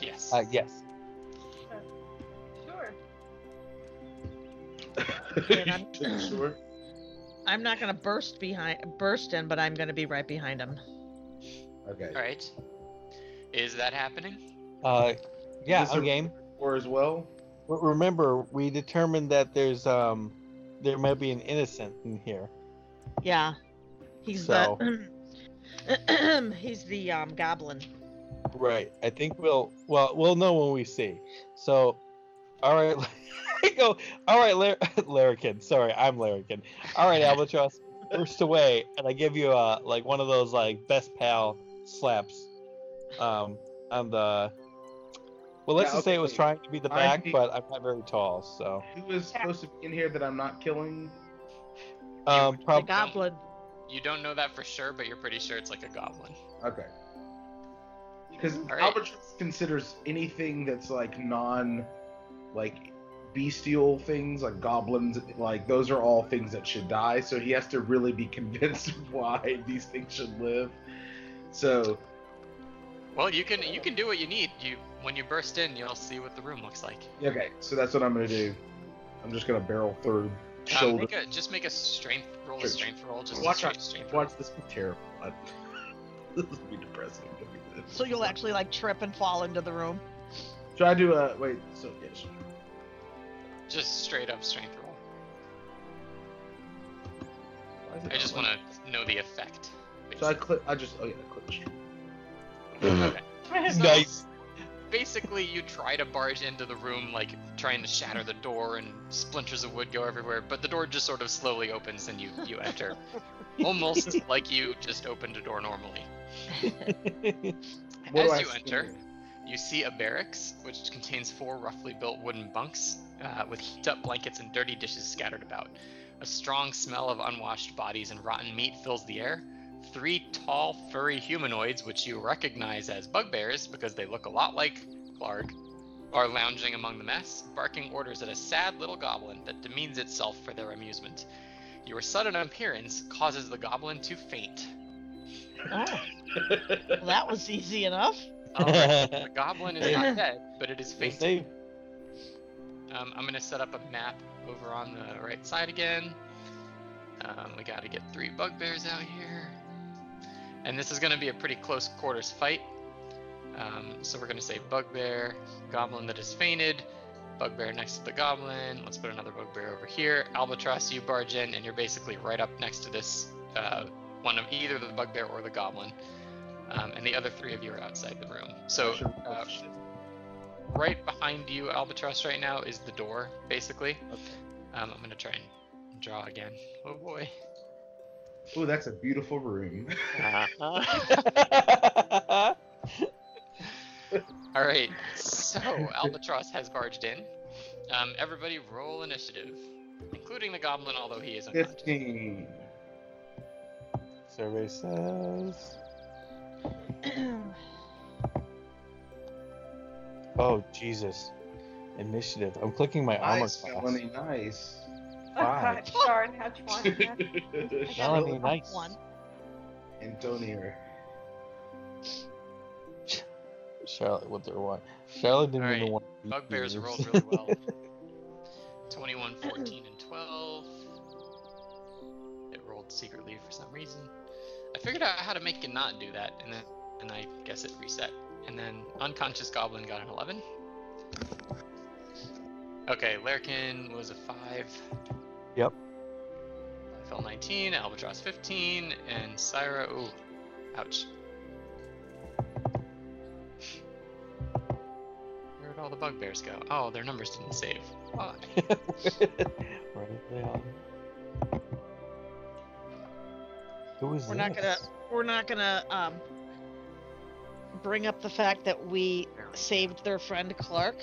C: Yes.
A: uh, yes
D: Sure.
E: sure.
B: I'm not gonna burst behind, burst in, but I'm gonna be right behind him.
E: Okay.
C: All right. Is that happening?
A: uh yeah
E: Is
A: i'm
E: there-
A: game
E: Or as well.
A: But remember we determined that there's um there might be an innocent in here
B: Yeah, he's the he's the um, goblin.
A: Right. I think we'll well we'll know when we see. So, all right, I go. All right, Lar- Larrikin. Sorry, I'm Larrikin. All right, Albatross, burst away, and I give you a like one of those like best pal slaps, um, on the. Well, let's
E: Yeah,
A: just say it was
E: okay.
A: trying to be the
E: I'm
A: back,
E: the-
A: but I'm not very tall, so
E: Who is supposed to be in here that I'm not killing?
A: um,
B: The
A: prob-
B: goblin.
C: You don't know that for sure, but you're pretty sure it's like a goblin.
E: Okay. Because
C: right.
E: Albatross considers anything that's like non, like bestial things, like goblins, like those are all things that should die. So he has to really be convinced of why these things should live. So
C: Well, you can you can do what you need. You when you burst in, you'll see what the room looks like.
E: okay, so that's what I'm gonna do. I'm just gonna barrel through.
C: Um,
E: Shoulder.
C: make a, just make a strength roll, a
E: Sure.
C: strength roll, just
E: Watch
C: a straight
E: out.
C: strength roll.
E: Watch this be terrible. this will be depressing.
F: So you'll actually like trip and fall into the room.
E: Should I do a wait? So yes.
C: Just straight up strength roll. I just want to know the effect.
E: So I
C: basically.
E: click. I just. Oh yeah, I click the stream. Uh-huh.
C: Okay. So,
A: Nice.
C: Basically, you try to barge into the room, like trying to shatter the door, and splinters of wood go everywhere. But the door just sort of slowly opens, and you you enter, almost like you just opened a door normally.
E: What do
C: As
E: I
C: you
E: see?
C: enter, you see a barracks which contains four roughly built wooden bunks uh, with heaped up blankets and dirty dishes scattered about. A strong smell of unwashed bodies and rotten meat fills the air. Three tall, furry humanoids, which you recognize as bugbears because they look a lot like Clark, are lounging among the mess, barking orders at a sad little goblin that demeans itself for their amusement. Your sudden appearance causes the goblin to faint.
F: Oh, well, that was easy enough.
C: Alright, the goblin is not dead, but it is
A: You're
C: fainting.
A: safe.
C: Um, I'm gonna set up a map over on the right side again. Um, we gotta get three bugbears out here, and this is gonna be a pretty close quarters fight. Um, so we're gonna say bugbear, goblin that has fainted, bugbear next to the goblin. Let's put another bugbear over here. Albatross, you barge in, and you're basically right up next to this uh, one of either the bugbear or the goblin, um, and the other three of you are outside the room. So
E: Should-
C: uh, right behind you, Albatross, right now is the door, basically. Um, I'm gonna try and draw again. Oh boy.
E: Ooh, that's a beautiful room.
C: All right. So Albatross has barged in. Um, everybody, roll initiative, including the goblin, although he is unconscious.
E: Fifteen.
A: Survey says. Oh Jesus! Initiative. I'm clicking my armor
E: Nice,
A: class.
E: Melanie. Nice.
A: Why?
D: Oh, God darn, how twenty.
A: That'll be
F: Up
A: nice.
F: One.
E: Antonio.
A: Charlotte, what they want. Charlotte didn't
C: Alright,
A: even want. to eat
C: Bugbears
A: these.
C: rolled really well. 21, 14, and 12. It rolled secretly for some reason. I figured out how to make it not do that, and then and I guess it reset. And then unconscious goblin got an 11. Okay, Larkin was a 5.
A: Yep.
C: Phil 19, Albatross 15, and Syra. Ooh, ouch. Where'd all the bugbears go? Oh, their numbers didn't save. Why?
A: right down. Who is
F: We're not
A: this?
F: gonna we're not gonna um bring up the fact that we saved their friend Clark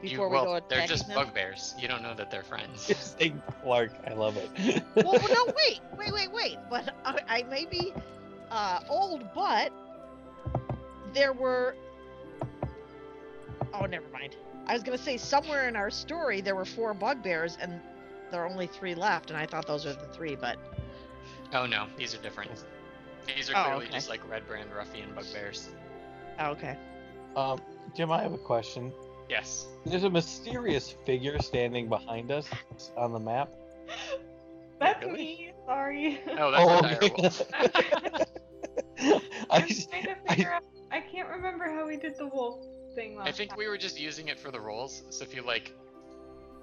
F: before
C: you,
F: we
C: well,
F: go
C: they're
F: attacking
C: just
F: them.
C: bugbears. You don't know that they're friends.
A: Just think Clark. I love it.
F: well, no, wait, wait, wait, wait. But I, I may be uh, old, but there were. Oh, never mind. I was gonna say somewhere in our story there were four bugbears, and there are only three left, and I thought those were the three, but
C: oh no, these are different. These are
F: Oh,
C: clearly
F: okay.
C: just like red brand ruffian bugbears.
F: oh, okay.
A: um, Jim, I have a question.
C: Yes.
A: There's a mysterious figure standing behind us on the map.
D: That's
A: Really?
D: me. Sorry.
C: Oh, that's
A: Oh,
C: a dire
A: okay.
C: wolf.
A: I
D: I'm
A: just-
D: trying to
A: I-
D: figure out. I can't remember how we did the wolf thing last
C: I think
D: time.
C: we were just using it for the rolls. So if you like,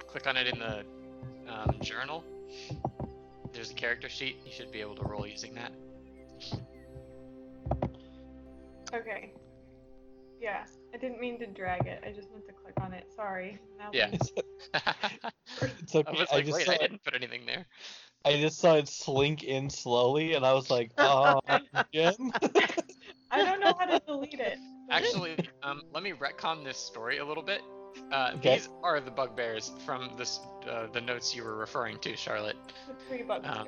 C: click on it in the um, journal, there's a character sheet. You should be able to roll using that.
D: Okay. Yeah, I didn't mean to drag it. I just meant to click on it. Sorry. Now
C: Yeah.
A: it's okay.
C: I
A: I,
C: was like,
A: just
C: wait,
A: saw
C: I
A: it,
C: didn't put anything there.
A: I just saw it slink in slowly, and I was like, "Oh, Jim."
D: I don't know how to delete it.
C: Actually, um, let me retcon this story a little bit. Uh,
A: Okay.
C: These are the bugbears from this, uh, the notes you were referring to, Charlotte.
D: The three bucks.
C: Um,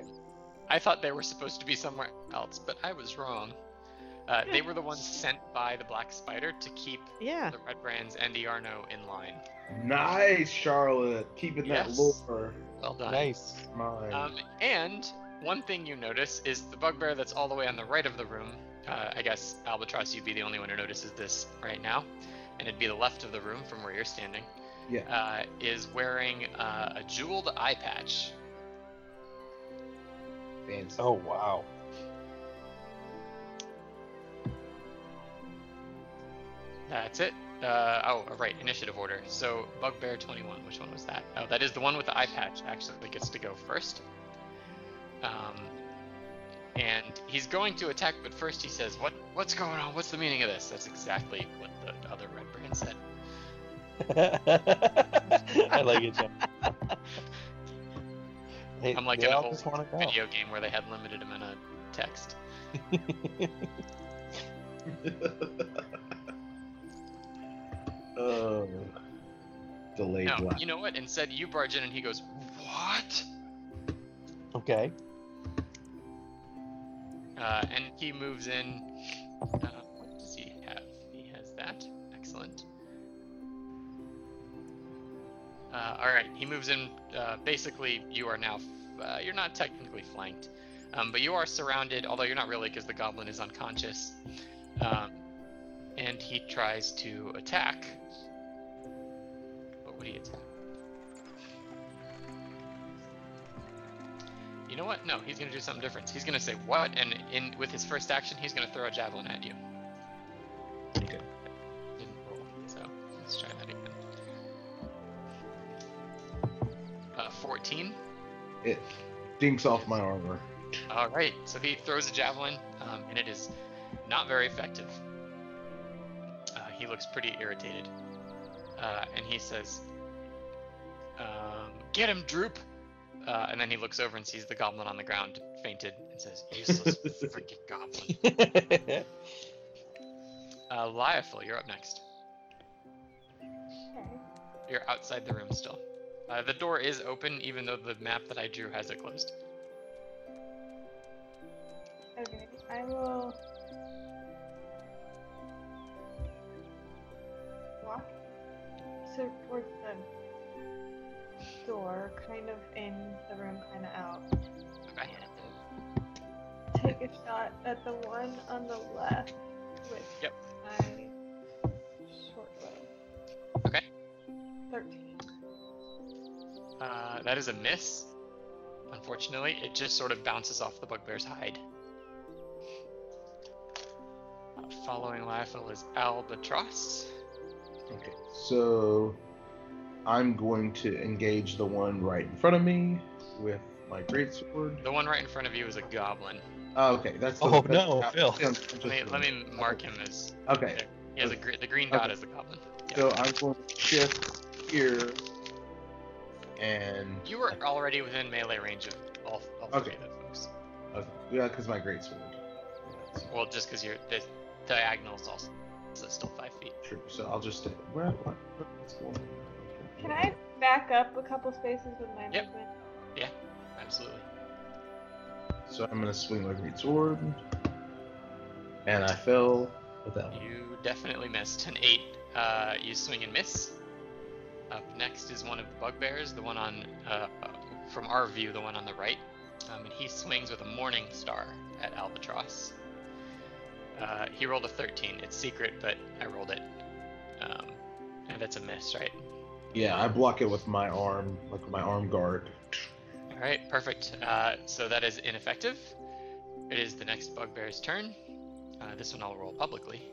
C: I thought they were supposed to be somewhere else, but I was wrong. Uh, they were the ones sent by the Black Spider to keep
F: Yeah.
C: the Red Brands and Iarno in line.
E: Nice, Charlotte. Keeping
C: Yes.
E: that lore.
C: Well done.
A: nice.
E: Mine.
C: Um, and one thing you notice is the bugbear that's all the way on the right of the room. Uh, I guess Albatross, you'd be the only one who notices this right now, and it'd be the left of the room from where you're standing.
E: Yeah.
C: Uh, is wearing uh, a jeweled eye patch.
E: Fancy.
A: Oh wow.
C: That's it. Uh, oh, right, initiative order. So Bugbear 21, which one was that? Oh, that is the one with the eye patch, actually, that gets to go first. Um, and he's going to attack, but first he says, "What? What's going on? What's the meaning of this?" That's exactly what the other Red Brand said.
A: I like it, Jim. They-
C: I'm like
A: they
C: an
A: all
C: old
A: just wanna go.
C: Video game where they had limited amount of text.
E: Oh. Uh, Delayed
C: No,
E: laugh.
C: you know what? Instead, you barge in, and he goes, "What?"
A: Okay.
C: Uh, and he moves in. Uh, what does he have? He has that. Excellent. Uh, all right. He moves in. Uh, basically, you are now. f- Uh, you're not technically flanked, um, but you are surrounded. Although you're not really, because the goblin is unconscious. Um, and he tries to attack. What would he attack? You know what? No, he's gonna do something different. He's gonna say what, and in with his first action, he's gonna throw a javelin at you.
E: Okay.
C: Didn't roll, so let's try that again. Uh, 14.
E: It dinks off my armor.
C: All right, so he throws a javelin, um, and it is not very effective. Uh, he looks pretty irritated, uh, and he says, um, "Get him, Droop!" Uh, and then he looks over and sees the goblin on the ground, fainted, and says, "Useless freaking goblin." Uh, Lyophil, you're up next.
D: Okay.
C: You're outside the room still. Uh, the door is open, even though the map that I drew has it closed.
D: Okay, I will walk so towards the door, kind of in the room, kind of out.
C: Okay.
D: Take a shot at the one on the left with
C: Yep.
D: my short bow.
C: Okay.
D: Thirteen.
C: Uh, that is a miss. Unfortunately, it just sort of bounces off the bugbear's hide. Uh, following Lyophil is Albatross.
E: Okay. So I'm going to engage the one right in front of me with My great sword.
C: The one right in front of you is a goblin.
E: Oh, okay, that's. The,
A: Oh,
E: that's
A: no, Phil.
C: Let me let me mark him as
E: Okay,
C: he has a gre- the green dot
E: Okay.
C: is the goblin. Yeah.
E: so I'm going to shift here, and
C: You were already within melee range of all, all three
E: Okay.
C: of the folks.
E: okay, uh, yeah, because my great sword.
C: Well, just because you're the diagonal is also so it's still five feet.
E: True. So I'll just stay. Where? What? That's cool.
D: Can I back up a couple spaces with my
C: Yep.
D: movement?
C: Absolutely.
E: So I'm gonna swing my great sword, and I fell with that one.
C: You definitely missed an eight. Uh, you swing and miss. Up next is one of the bugbears, the one on uh, from our view, the one on the right, um, and he swings with a morning star at Albatross. Uh, he rolled a 13. It's secret, but I rolled it, um, and that's a miss, right?
E: Yeah, I block it with my arm, like with my arm guard.
C: All right, perfect. Uh, so that is ineffective. It is the next bugbear's turn. Uh, this one I'll roll publicly.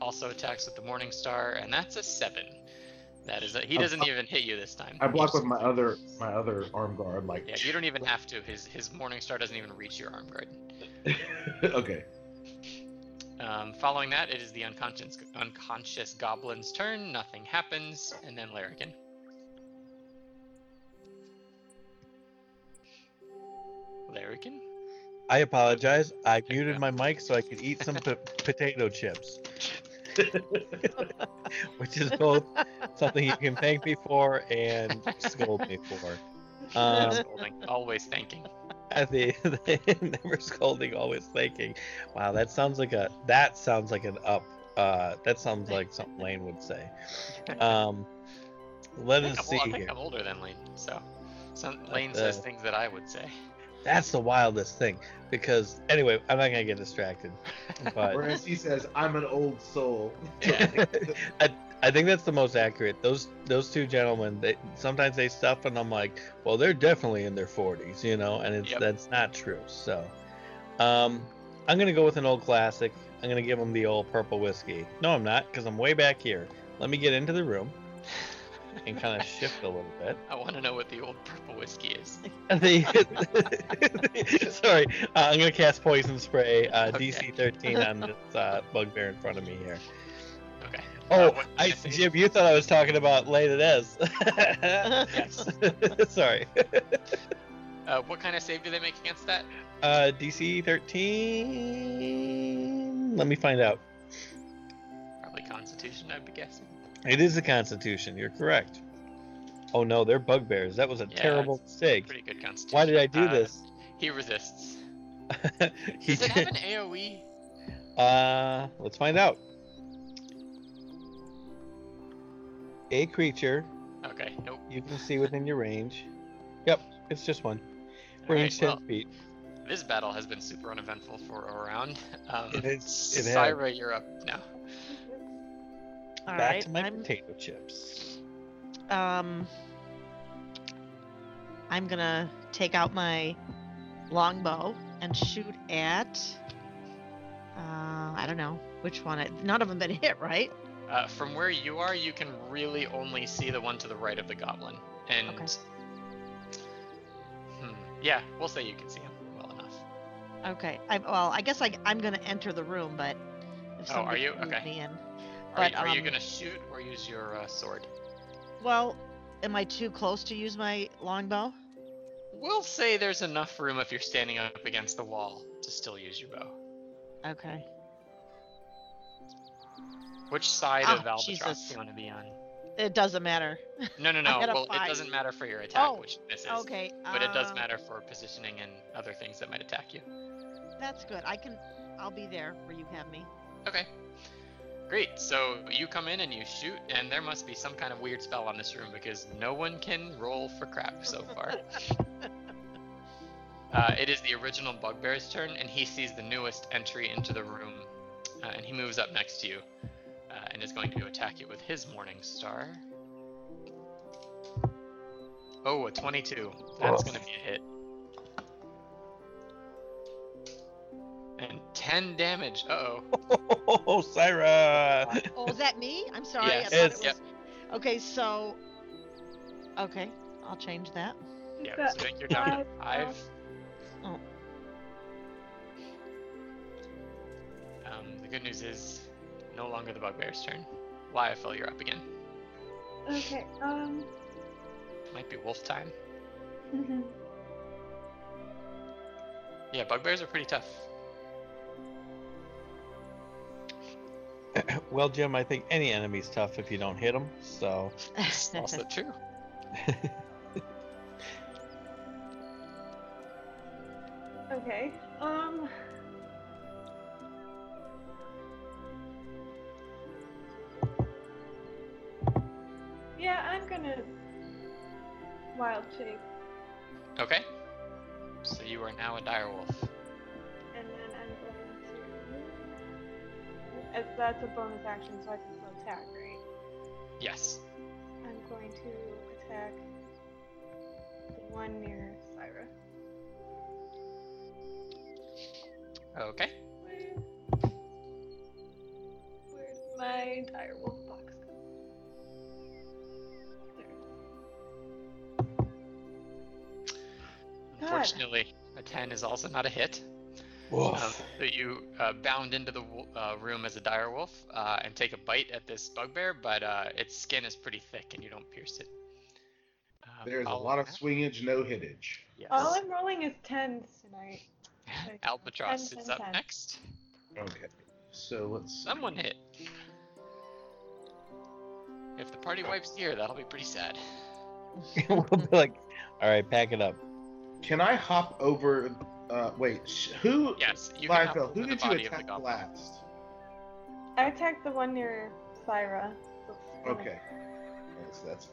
C: Also attacks with the Morning Star, and that's a seven. That is a, he
E: I-
C: doesn't
E: I-
C: even hit you this time.
E: I block
C: Just-
E: with my other my other arm guard, like.
C: Yeah, you don't even have to. His his Morning Star doesn't even reach your arm guard.
E: okay.
C: Um, following that, it is the unconscious unconscious goblin's turn. Nothing happens, and then Larrikin. Larrikin.
A: I apologize. I
C: you
A: muted
C: go.
A: my mic so I could eat some po- potato chips, which is both something you can thank me for and scold me for. Um,
C: Scolding, always thanking.
A: at the, never scolding, always thanking. Wow, that sounds like a that sounds like an up. Uh, that sounds like something Lane would say. Um, let
C: I
A: us
C: think
A: see
C: I'm, I
A: here.
C: think I'm older than Lane, so some, Lane says
A: uh,
C: things that I would say.
A: That's the wildest thing because anyway, I'm not gonna get distracted. But
E: Whereas he says, "I'm an old soul."
A: I, I think that's the most accurate. Those those two gentlemen, they sometimes they stuff, and I'm like, well, they're definitely in their 40s, you know, and it's
C: Yep.
A: that's not true. So, um, I'm gonna go with an old classic. I'm gonna give them the old purple whiskey. No, I'm not, because I'm way back here. Let me get into the room and kind of shift a little bit.
C: I want to know what the old purple whiskey is.
A: And the- sorry, uh, I'm gonna cast poison spray, uh,
C: Okay.
A: DC 13 on this uh, bugbear in front of me here.
C: Okay. Uh,
A: Oh,
C: what-
A: I,
C: yes, it is.
A: Jim, you thought I was talking about late it is.
C: Yes.
A: Sorry.
C: Uh, what kind of save do they make against that?
A: Uh, DC 13. Let me find out.
C: Probably Constitution, I'd be guessing.
A: It is the Constitution. You're correct. Oh no, they're bugbears. That was a
C: Yeah,
A: terrible mistake.
C: Pretty good Constitution.
A: Why did I do
C: Uh,
A: this?
C: He resists.
A: He
C: Does it have
A: did-
C: an E? AOE?
A: Uh, let's find out. A creature
C: Okay. Nope.
A: you can see within your range. Yep, it's just one.
C: All right,
A: Range 10
C: well,
A: feet.
C: this battle has been super uneventful for a round. Um,
A: It is- it has.
C: Syra, you're up now.
F: All
A: Back
F: right,
A: to my
F: I'm-
A: potato chips.
F: um I'm gonna take out my longbow and shoot at uh I don't know which one. I, none of them been hit, right?
C: Uh, from where you are, you can really only see the one to the right of the goblin. And
F: Okay.
C: Hmm, yeah, we'll say you can see him well enough.
F: Okay. I, well, I guess I, I'm gonna enter the room, but if
C: Oh, are
F: somebody
C: you?
F: can move
C: Okay.
F: me in.
C: Are,
F: But,
C: you, are you
F: um,
C: gonna shoot or use your uh, sword?
F: Well, am I too close to use my longbow?
C: We'll say there's enough room if you're standing up against the wall to still use your bow.
F: Okay.
C: Which side
F: Ah,
C: of Albatross
F: Jesus.
C: do you want to be on?
F: It doesn't matter.
C: No, no, no.
F: got a
C: Well, it
F: five.
C: doesn't matter for your attack,
F: Oh,
C: which this is.
F: Okay.
C: But it does
F: um,
C: matter for positioning and other things that might attack you.
F: That's good. I can. I'll be there where you have me.
C: Okay. Great. So you come in and you shoot, and there must be some kind of weird spell on this room because no one can roll for crap so far. uh, it is the original bugbear's turn, and he sees the newest entry into the room, uh, and he moves up next to you, uh, and is going to attack you with his morning star. Oh, a 22. That's going to be a hit. And 10 damage. Uh oh.
A: Oh, Syra!
F: Oh, is that me? I'm sorry. I
C: Yes.
F: thought it
A: Yes.
F: was... Okay. So. Okay. I'll change that.
C: Yeah, so you're down to five.
F: Oh.
C: Um, the good news is no longer the bugbear's turn. Lyafel, you're up again.
D: Okay. Um.
C: Might be wolf time.
D: mhm.
C: Yeah, bugbears are pretty tough.
A: Well, Jim, I think any enemy's tough if you don't hit them. So,
C: Also true.
D: Okay. Um. Yeah, I'm gonna wild shape,
C: Okay. So you are now a dire wolf.
D: and then I'm going to. As that's a bonus action, so I can still attack, right?
C: Yes.
D: I'm going to attack the one near Syra.
C: Okay.
D: Where? Where'd my entire wolf box go? There. God.
C: Unfortunately, a 10 is also not a hit. Um,
A: woof.
C: so you uh, bound into the wo- uh, room as a dire wolf uh, and take a bite at this bugbear, but uh, its skin is pretty thick and you don't pierce it. Um,
E: There's a
C: following
E: lot of
C: that-
E: swingage, no hittage.
C: Yes.
D: All I'm rolling is tens tonight.
C: Albatross
D: Ten,
C: is
D: ten,
C: up
D: ten.
C: next.
E: Okay. So let's. see.
C: Someone hit. If the party wipes here, that'll be pretty sad.
A: we'll be like, all right, pack it up.
E: Can I hop over? Uh, wait. Sh- who?
C: Yes, you can hop
E: Liefeld,
C: over
E: who
C: the
E: did you
C: body of the
E: attack
C: goblin.
E: last?
D: I attacked the one near Syra.
E: Okay. Okay, so that's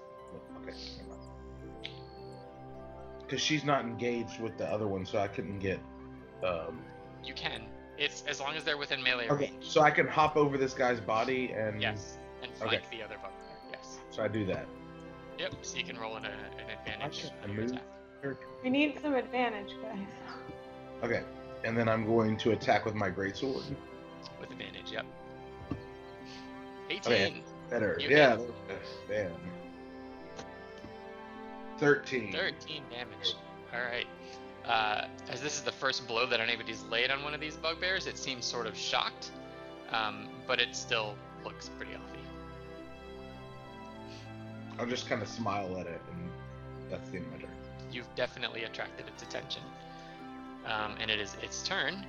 E: okay. Because she's not engaged with the other one, so I couldn't get. Um,
C: You can. It's as long as they're within melee
E: okay.
C: range.
E: So I can hop over this guy's body and.
C: Yes, and
E: Okay.
C: flank the other bugbear. Yes.
E: So I do that.
C: Yep. So you can roll an, uh, an advantage
E: Okay,
C: on your
E: move.
C: attack.
D: We need some advantage, guys.
E: Okay. And then I'm going to attack with my greatsword.
C: with advantage. Yep. 18.
E: Okay. Better.
C: You
E: yeah.
C: hit.
E: Damn. Thirteen.
C: 13 damage. All right. Uh, as this is the first blow that anybody's laid on one of these bugbears, it seems sort of shocked, um, but it still looks pretty healthy.
E: I'll just kind of smile at it, and that's the end of my turn.
C: You've definitely attracted its attention, um, and it is its turn,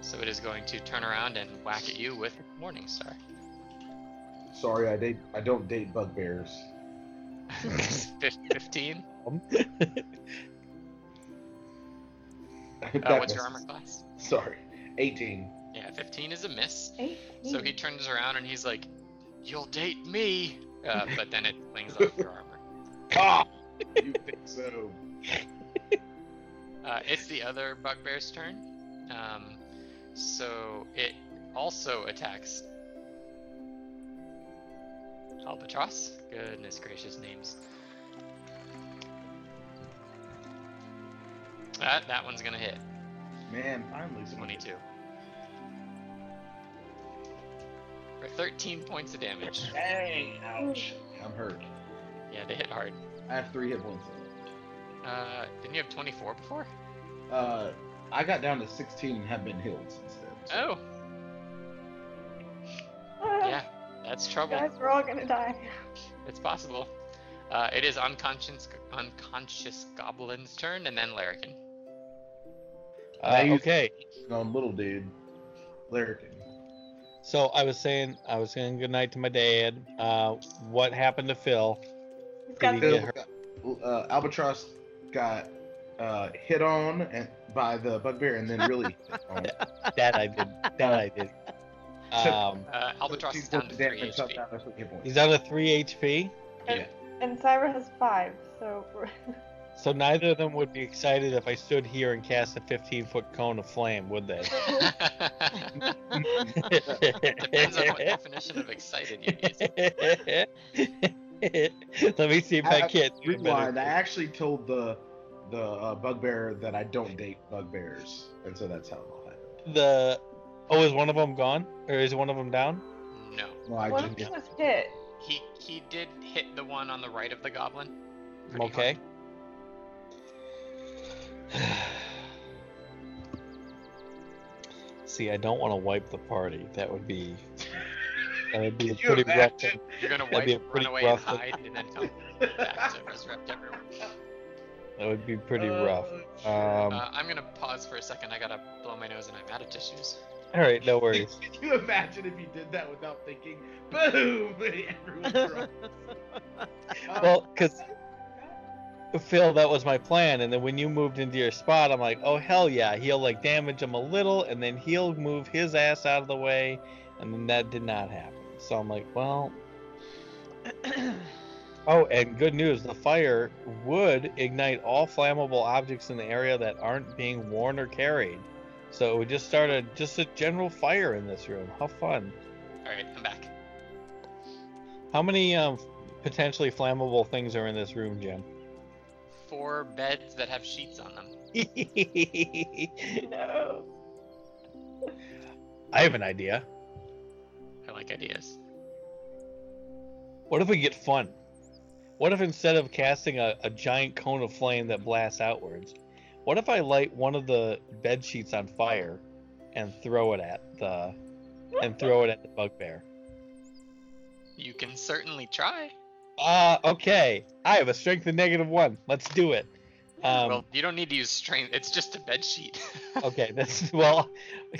C: so it is going to turn around and whack at you with Morning Star.
E: Sorry, I date. I don't date bugbears.
C: 15. Uh,
E: That
C: what's your armor
E: misses.
C: class?
E: Sorry, eighteen.
C: Yeah, 15 is a miss.
D: Eight.
C: So he turns around and he's like, "You'll date me," uh, but then it flings off your armor.
E: Ah, you think so?
C: Uh, it's the other bugbear's turn. Um, so it also attacks Albatross. Goodness gracious names. Uh, that one's gonna hit.
E: Man, I'm losing.
C: 22. For 13 points of damage.
E: Dang! Ouch! I'm hurt.
C: Yeah, they hit hard.
E: I have three hit points.
C: Uh, didn't you have 24 before?
E: Uh, I got down to sixteen and have been healed since then.
C: Oh,
D: Ah,
C: yeah. That's trouble.
D: Guys, we're all gonna die.
C: It's possible. Uh, it is unconscious unconscious goblin's turn, and then Larrikin.
A: Uh,
E: Nice.
A: okay.
E: On little dude, Larrikin.
A: So I was saying, I was saying goodnight to my dad. Uh, what happened to Phil?
D: He's
A: Did
D: got
A: he
D: the
A: get
E: Phil got- Uh, Albatross got uh, hit on and, by the bugbear and then really hit on.
A: That I did. That I did. Um,
C: Uh, Albatross is down to three
E: Damage, tough
C: HP.
E: damage, hit points.
A: he's down to three HP.
E: Yeah.
D: and Syra has five, so we're
A: So neither of them would be excited if I stood here and cast a 15 foot cone of flame, would they?
C: Depends on what definition of excited you use.
A: Let me see if I,
E: I-
A: can't do better.
E: Rewind. I actually told the the uh, bugbear that I don't date bugbears, and so that's how it all happened.
A: The oh, is one of them gone, or is one of them down?
C: No,
E: No, I
D: one of
E: just,
D: them was hit.
C: he he did hit the one on the right of the goblin. pretty
A: okay.
C: hard.
A: See, I don't want to wipe the party. That would be that would be a
E: Can
A: pretty rough.
E: imagine?
C: You're gonna
A: That'd be
C: wipe,
A: a
C: run
A: pretty
C: away, and
A: rough look.
C: hide, and then come back to resurrect everyone.
A: That would be pretty rough.
E: Oh,
A: Um,
C: uh, I'm gonna pause for a second. I gotta blow my nose, and I'm out of tissues.
A: all right, no
E: shit.
A: worries.
E: Can you imagine if you did that without thinking? Boom! Everyone's Uh, wrong. Um,
A: Well, because Phil, that was my plan, and then when you moved into your spot, I'm like, oh hell yeah, he'll like damage him a little, and then he'll move his ass out of the way, and then that did not happen. So I'm like, well. Oh, and good news, the fire would ignite all flammable objects in the area that aren't being worn or carried. So it would just start a just a general fire in this room. How fun.
C: All right, I'm back.
A: How many um potentially flammable things are in this room, Jim?
C: Four beds that have sheets on them.
A: no. I have an idea.
C: I like ideas.
A: What if we get fun? What if instead of casting a, a giant cone of flame that blasts outwards, what if I light one of the bed sheets on fire and throw it at the and throw it at the bugbear?
C: You can certainly try.
A: Ah, okay. I have a strength of negative one. Let's do it. Um,
C: well, you don't need to use strength. It's just a bed sheet.
A: okay, that's well,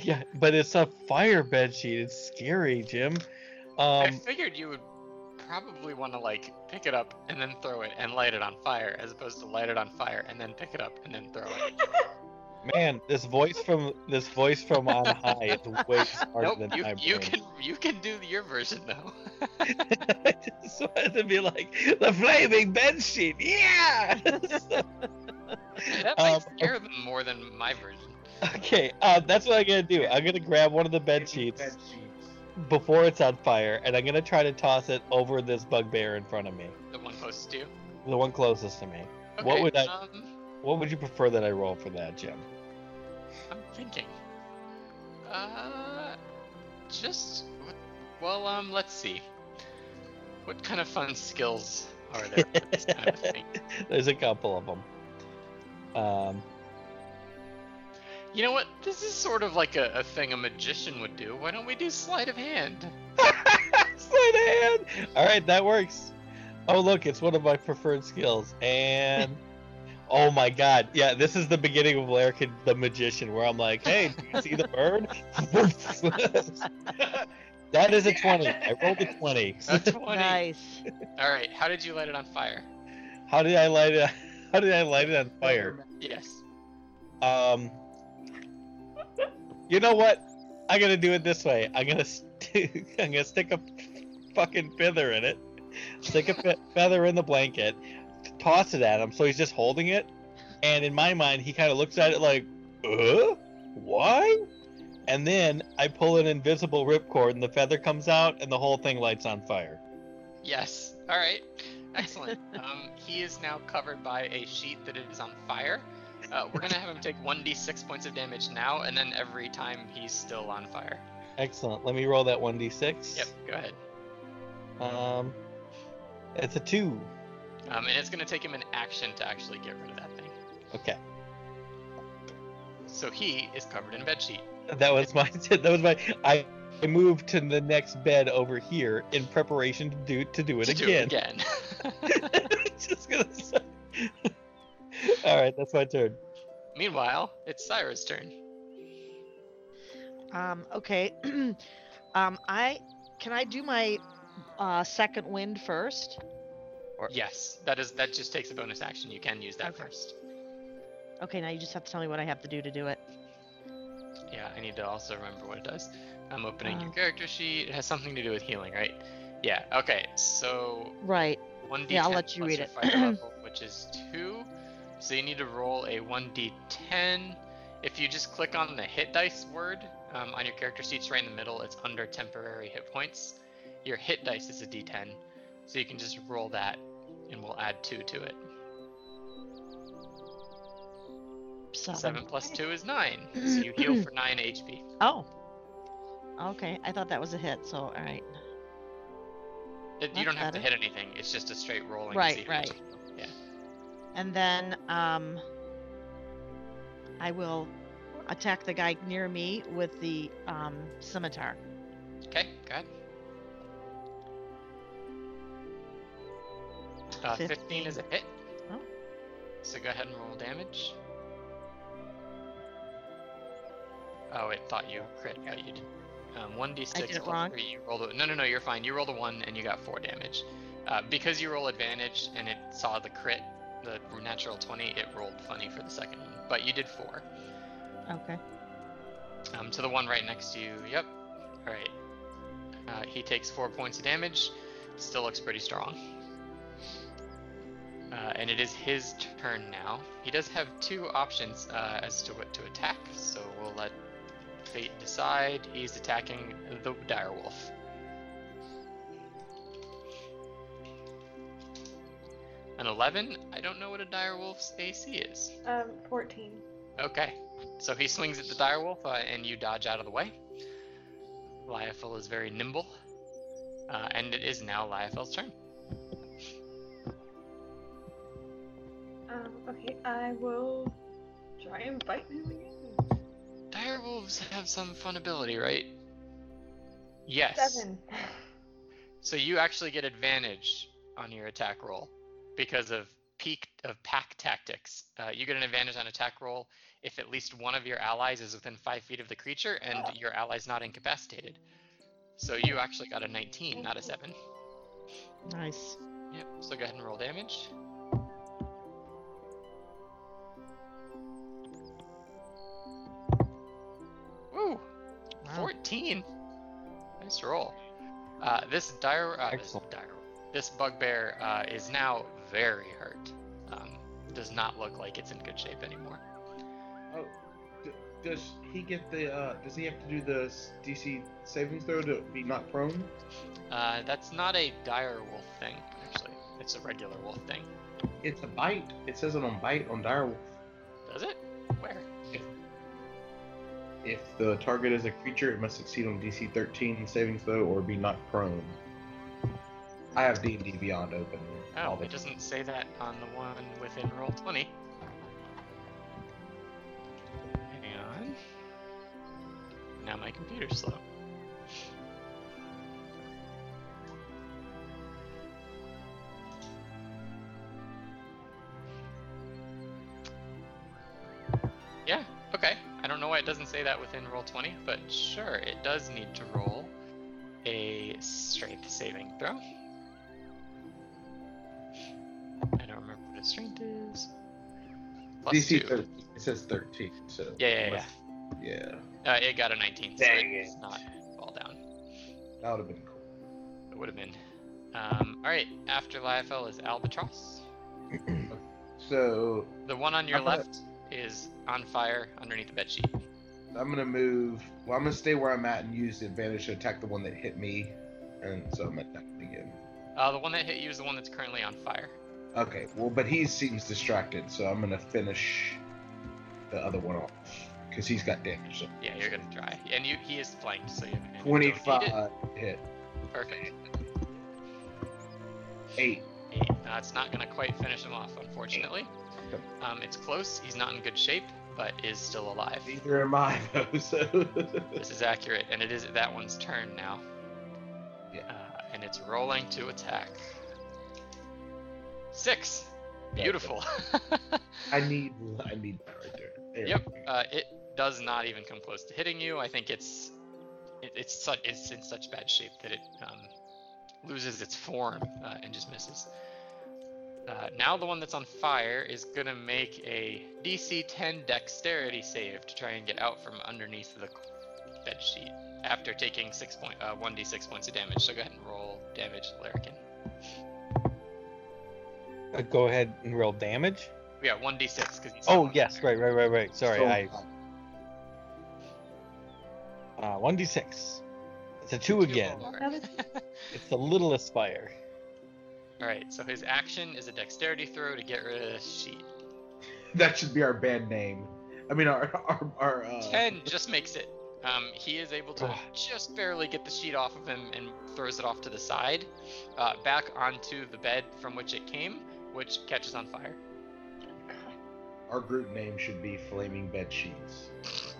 A: yeah, but it's a fire bed sheet. It's scary, Jim.
C: I
A: Um,
C: figured you would probably want to like pick it up and then throw it and light it on fire, as opposed to light it on fire and then pick it up and then throw it.
A: man, this voice from this voce from on high is way smarter
C: nope,
A: than
C: you,
A: my
C: you
A: brain.
C: can you can do your version though.
A: I just wanted to be like the flaming bed sheet. Yeah.
C: that might
A: Um,
C: scare them more than my version.
A: okay, uh, that's what I'm gonna do. I'm gonna grab one of the bed
E: Bed
A: sheets
E: sheets.
A: before it's on fire, and I'm gonna try to toss it over this bugbear in front of me,
C: The one closest to you.
A: the one closest to me.
C: Okay,
A: What would I-
C: Um,
A: What would you prefer that I roll for that, Jim?
C: I'm thinking. Uh, just well, um, let's see. What kind of fun skills are there? for this kind of thing?
A: There's a couple of them. Um,
C: You know what? This is sort of like a, a thing a magician would do. Why don't we do sleight of hand?
A: sleight of hand. All right, that works. Oh look, it's one of my preferred skills, and oh my god, yeah, this is the beginning of Larkin the Magician, where I'm like, hey, do you see the bird? that is a twenty. I rolled a twenty.
C: A 20.
F: Nice.
C: All right. How did you light it on fire?
A: How did I light it? How did I light it on fire?
C: Yes.
A: Um, you know what? I'm gonna do it this way. I'm gonna st- I'm gonna stick a fucking feather in it. Stick a fe- feather in the blanket. Toss it at him, so he's just holding it. And in my mind, he kind of looks at it like, "Uh, why?" And then I pull an invisible ripcord, and the feather comes out, and the whole thing lights on fire.
C: Yes. All right. Excellent. um, he is now covered by a sheet that is on fire. Uh, we're gonna have him take 1d6 points of damage now, and then every time he's still on fire.
A: Excellent. Let me roll that one d6.
C: Yep. Go ahead.
A: Um, it's a two.
C: Um, and it's gonna take him an action to actually get rid of that thing.
A: Okay.
C: So he is covered in bedsheet.
A: That was my. That was my. I, I moved to the next bed over here in preparation to do to do it
C: to
A: again.
C: Do it again.
A: Just gonna. Say. All right, that's my turn.
C: Meanwhile, it's Cyrus' turn.
B: Um, okay. um, I can I do my uh, second wind first?
C: Yes, that is that just takes a bonus action. You can use that
B: Okay.
C: first.
B: Okay, now you just have to tell me what I have to do to do it.
C: Yeah, I need to also remember what it does. I'm opening your
B: Uh.
C: character sheet. It has something to do with healing, right? Yeah. Okay. So
B: Right.
C: one d10
B: Yeah, I'll let you read
C: plus your
B: it.
C: fire level, which is two. So you need to roll a one d10. If you just click on the hit dice word um, on your character sheets, right in the middle, it's under temporary hit points. Your hit dice is a d10, so you can just roll that, and we'll add two to it.
B: Seven.
C: Seven plus two is nine. So you heal for nine HP.
B: Oh. Okay, I thought that was a hit. So all right.
C: It,
B: That's
C: you don't have to
B: better.
C: hit anything. It's just a straight rolling. to
B: Right,
C: see how much
B: right.
C: you heal.
B: And then um I will attack the guy near me with the um, scimitar.
C: Okay, go ahead. Uh, 15.
B: 15.
C: is a hit.
B: Oh.
C: So go ahead and roll damage. Oh, it thought you crit. Yeah, you did. Um, 1d6
B: I did it
C: plus
B: wrong.
C: 3. You rolled a, no, no, no, you're fine. You rolled a 1 and you got 4 damage. Uh, because you roll advantage and it saw the crit, the natural 20, it rolled funny for the second one. But you did 4.
B: Okay.
C: Um, to the one right next to you. Yep. All right. Uh, he takes four points of damage. Still looks pretty strong. Uh, and it is his turn now. He does have two options uh, as to what to attack, so we'll let fate decide. He's attacking the direwolf. An 11? I don't know what a direwolf's AC is.
D: Um, 14.
C: Okay. So he swings at the direwolf, uh, and you dodge out of the way. Lyophil is very nimble. Uh, and it is now Lyophil's turn.
D: Um, okay, I will try and bite him again.
C: Direwolves have some fun ability, right? Yes.
D: Seven.
C: So you actually get advantage on your attack roll because of peak of pack tactics. Uh, you get an advantage on attack roll if at least one of your allies is within five feet of the creature and your ally's not incapacitated. So you actually got a 19, not a seven.
B: Nice.
C: Yep, so go ahead and roll damage. Woo!
B: Wow.
C: 14! Nice roll. Uh, this dire. Uh, this,
A: Excellent.
C: dire this bugbear uh, is now very hurt. Um, does not look like it's in good shape anymore.
E: Oh, D- does he get the? Uh, does he have to do the s- DC savings throw to be not prone?
C: Uh, that's not a dire wolf thing, actually. It's a regular wolf thing.
E: It's a bite. It says it on bite on direwolf.
C: Does it? Where?
E: If the target is a creature, it must succeed on DC 13 savings throw or be not prone. I have D and D Beyond open. all
C: Oh,
E: the
C: it doesn't say that on the one within roll 20. Hang on. Now my computer's slow. Yeah, okay. I don't know why it doesn't say that within roll 20, but sure, it does need to roll a strength saving throw. I don't remember what his strength is. Plus
E: DC
C: two.
E: 13. It says 13. So
C: Yeah, yeah, yeah.
E: must- yeah.
C: Uh, it got a 19, so
E: Dang
C: it does
E: it.
C: not fall down.
E: That would have been cool.
C: It would have been. Um, all right, after Lyafel is Albatross.
E: So
C: The one on your
E: I'm gonna-
C: left is on fire underneath the bedsheet.
E: I'm gonna move. Well, I'm gonna stay where I'm at and use the advantage to attack the one that hit me, and so I'm attacking again.
C: Uh, the one that hit you is the one that's currently on fire.
E: Okay. Well, but he seems distracted, so I'm gonna finish the other one off because he's got damage. So
C: Yeah, you're gonna try. And you, he is flanked, so you have advantage. Don't need it.
E: 25 hit
C: Perfect.
E: eight.
C: Eight. Uh, it's not gonna quite finish him off, unfortunately.
E: Okay.
C: Um, it's close. He's not in good shape, but is still alive.
E: Neither am I though. So
C: This is accurate, and it is that one's turn now.
E: Yeah.
C: Uh, and it's rolling to attack. Six. Beautiful.
E: I need I need that right there. There.
C: yep. Uh, it does not even come close to hitting you. I think it's it, it's such it's in such bad shape that it um, loses its form uh, and just misses. Uh, now the one that's on fire is gonna make a DC 10 Dexterity save to try and get out from underneath the bed sheet after taking six point uh, 1d6 points of damage. So go ahead and roll damage, Larrikin.
A: Uh, go ahead and roll damage.
C: Yeah, 1d6 because
A: Oh yes, right, right, right, right. Sorry,
E: So-
A: I uh, 1d6. It's a two again. It's the littlest fire.
C: All right, so his action is a dexterity throw to get rid of the sheet.
E: That should be our band name. I mean our our our. Uh,
C: Ten just makes it. Um, he is able to
A: Ah.
C: just barely get the sheet off of him and throws it off to the side, uh, back onto the bed from which it came, which catches on fire.
E: Our group name should be Flaming Bed Sheets.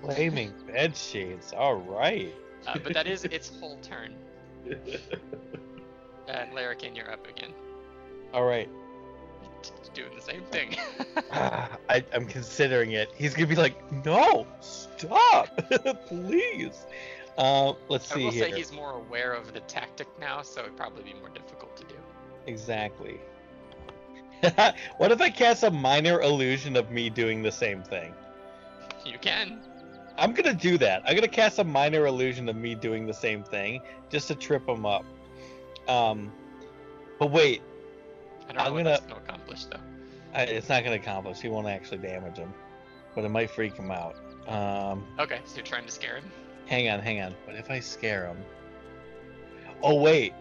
A: Flaming bed sheets. All right.
C: Uh, but that is its whole turn. And Larrikin, you're up again.
A: All right.
C: T- Doing the same thing.
A: Ah, I, I'm considering it. He's gonna be like, no, stop, please. Uh, let's
C: I
A: see
C: will
A: here.
C: say he's more aware of the tactic now, so it'd probably be more difficult to do.
A: Exactly. what if I cast a minor illusion of me doing the same thing?
C: You can.
A: I'm gonna do that. I'm gonna cast a minor illusion of me doing the same thing just to trip him up. Um, but wait,
C: I don't know
A: I'm
C: what
A: gonna-
C: that's gonna accomplish though.
A: I, it's not gonna accomplish. He won't actually damage him, but it might freak him out. Um,
C: Okay, so you're trying to scare him.
A: Hang on, hang on. What if I scare him? Oh wait.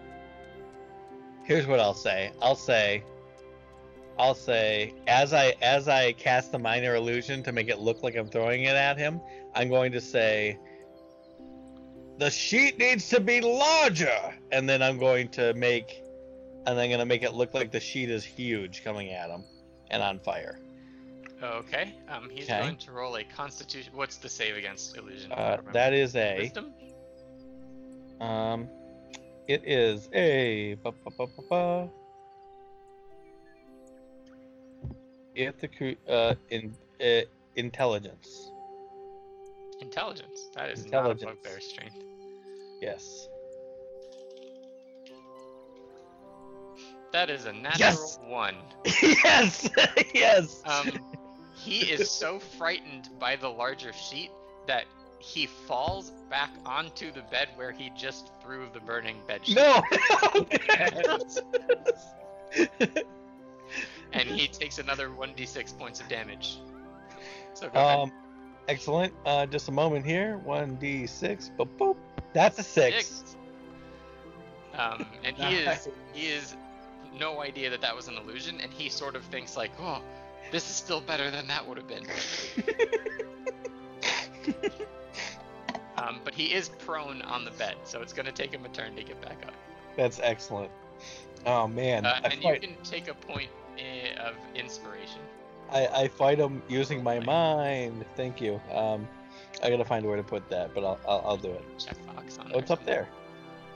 A: Here's what I'll say. I'll say I'll say as I as I cast the minor illusion to make it look like I'm throwing it at him, I'm going to say the sheet needs to be larger and then I'm going to make and I'm going to make it look like the sheet is huge coming at him and on fire.
C: Okay. Um, he's
A: Okay.
C: going to roll a Constitution. What's the save against illusion? I don't
A: Uh,
C: remember.
A: that is a
C: Wisdom.
A: Um, it is a. Ba, ba, ba, ba, ba. If the cru- uh, in uh, intelligence,
C: Intelligence. That is not a
A: Intelligence.
C: bugbear strength.
A: yes.
C: That is a natural
A: Yes!
C: one.
A: yes, yes.
C: Um, he is so frightened by the larger sheet that he falls back onto the bed where he just threw the burning bed sheet.
A: no.
C: And he takes another 1d6 points of damage. So go ahead.
A: um, excellent. Uh, just a moment here. One d six. Boop boop. That's a six.
C: Six. Um, and he is he is no idea that that was an illusion, and he sort of thinks like, oh, this is still better than that would have been. um, but he is prone on the bed, so it's going to take him a turn to get back up.
A: That's excellent. Oh man,
C: Uh,
A: I,
C: and you
A: fight,
C: can take a point eh, of inspiration.
A: I, I fight him using my
C: Totally.
A: mind. Thank you. Um, I gotta find a way to put that, but I'll I'll, I'll do it.
C: Checkbox on.
A: Oh, it's up
C: somewhere.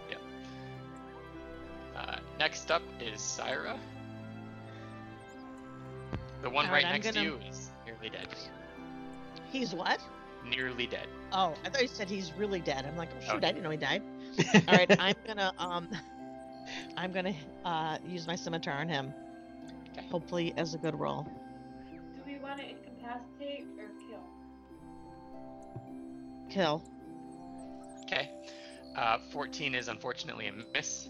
A: there.
C: Uh, next up is Syra. The one
B: Alright,
C: right
B: I'm
C: next to
B: gonna-
C: you is nearly dead.
F: He's what?
C: Nearly dead.
F: Oh, I thought you said he's really dead. I'm like, oh shoot,
C: Okay.
F: I didn't know he died. All right, I'm gonna um, I'm gonna uh use my scimitar on him.
C: Okay.
F: Hopefully, as a good roll.
D: Do we want to incapacitate or kill?
F: Kill.
C: Okay. Uh, 14 is unfortunately a miss.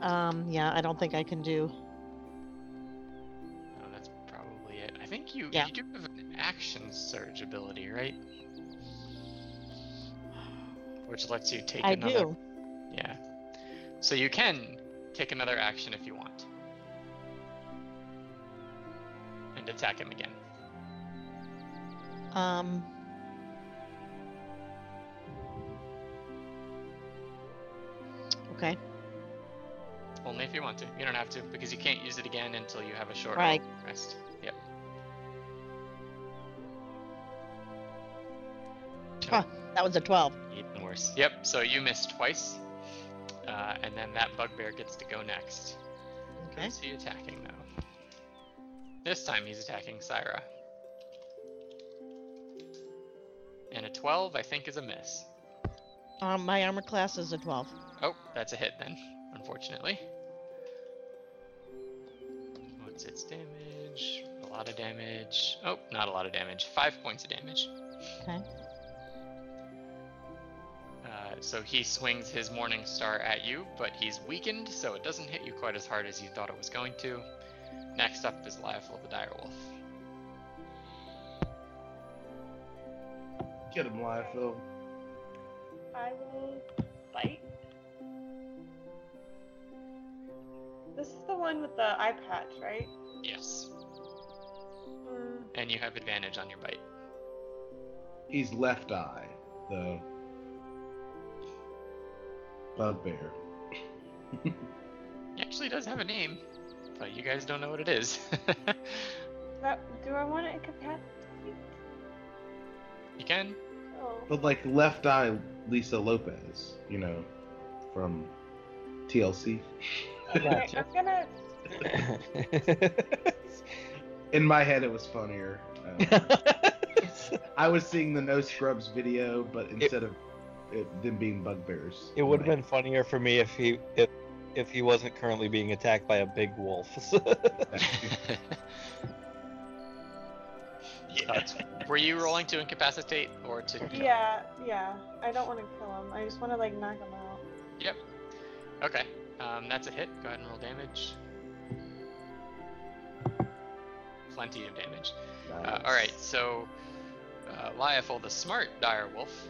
F: Um, yeah, I don't think I can do.
C: Oh, that's probably it. I think you
F: Yeah.
C: you do have an action surge ability, right? Which lets you take
F: I
C: another.
F: do.
C: Yeah. So you can take another action if you want. And attack him again.
F: Um. Okay.
C: Only if you want to. You don't have to because you can't use it again until you have a short
F: Right.
C: rest. Yep.
F: Huh. That was a twelve.
C: Even worse. Yep. So you missed twice, uh, and then that bugbear gets to go next.
F: Okay.
C: Is he attacking though? This time he's attacking Syra. And a 12, I think, is a miss.
F: Um, my armor class is a twelve.
C: Oh, that's a hit then, unfortunately. What's its damage? A lot of damage. Oh, not a lot of damage. Five points of damage.
F: Okay.
C: Uh, so he swings his Morning Star at you, but he's weakened, so it doesn't hit you quite as hard as you thought it was going to. Next up is Liefel the Direwolf.
E: Get him live, Phil.
D: I will fight. This is the one with the eye patch, right?
C: Yes.
D: Mm,
C: And you have advantage on your bite.
E: He's left eye, the bugbear.
C: He actually does have a name. but you guys don't know what it is.
D: That, do I want to incapacitate?
C: you can.
D: Oh.
E: But like left eye Lisa Lopez, you know, from TLC.
D: Okay, I'm gonna.
E: In my head, it was funnier. Um, I was seeing the No Scrubs video, but instead of it, them being bugbears,
A: it would have
E: my-
A: been funnier for me if he if if he wasn't currently being attacked by a big wolf.
C: Uh, were you rolling to incapacitate or to? kill?
D: Yeah, yeah. I don't want to kill him. I just want to like knock him out.
C: Yep. Okay. Um, that's a hit. Go ahead and roll damage. Plenty of damage. Uh, all right, so uh, Liefel, the smart dire wolf,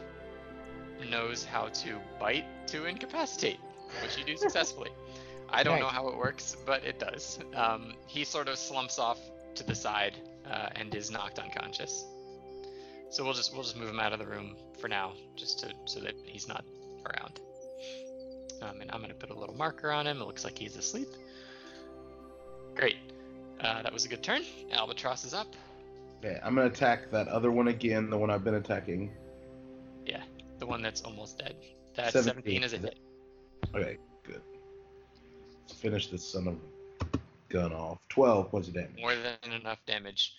C: knows how to bite to incapacitate, which you do successfully. I don't know
A: Nice.
C: how it works, but it does. Um, he sort of slumps off to the side uh, and is knocked unconscious. So we'll just we'll just move him out of the room for now, just to so that he's not around. Um, and I'm gonna put a little marker on him. It looks like he's asleep. Great. Uh, that was a good turn. Albatross is up.
E: Okay, I'm gonna attack that other one again, the one I've been attacking.
C: The one that's almost dead. That 17,
E: 17.
C: is a hit.
E: Okay, good. Finish this son of a gun off. Twelve points of damage.
C: More than enough damage.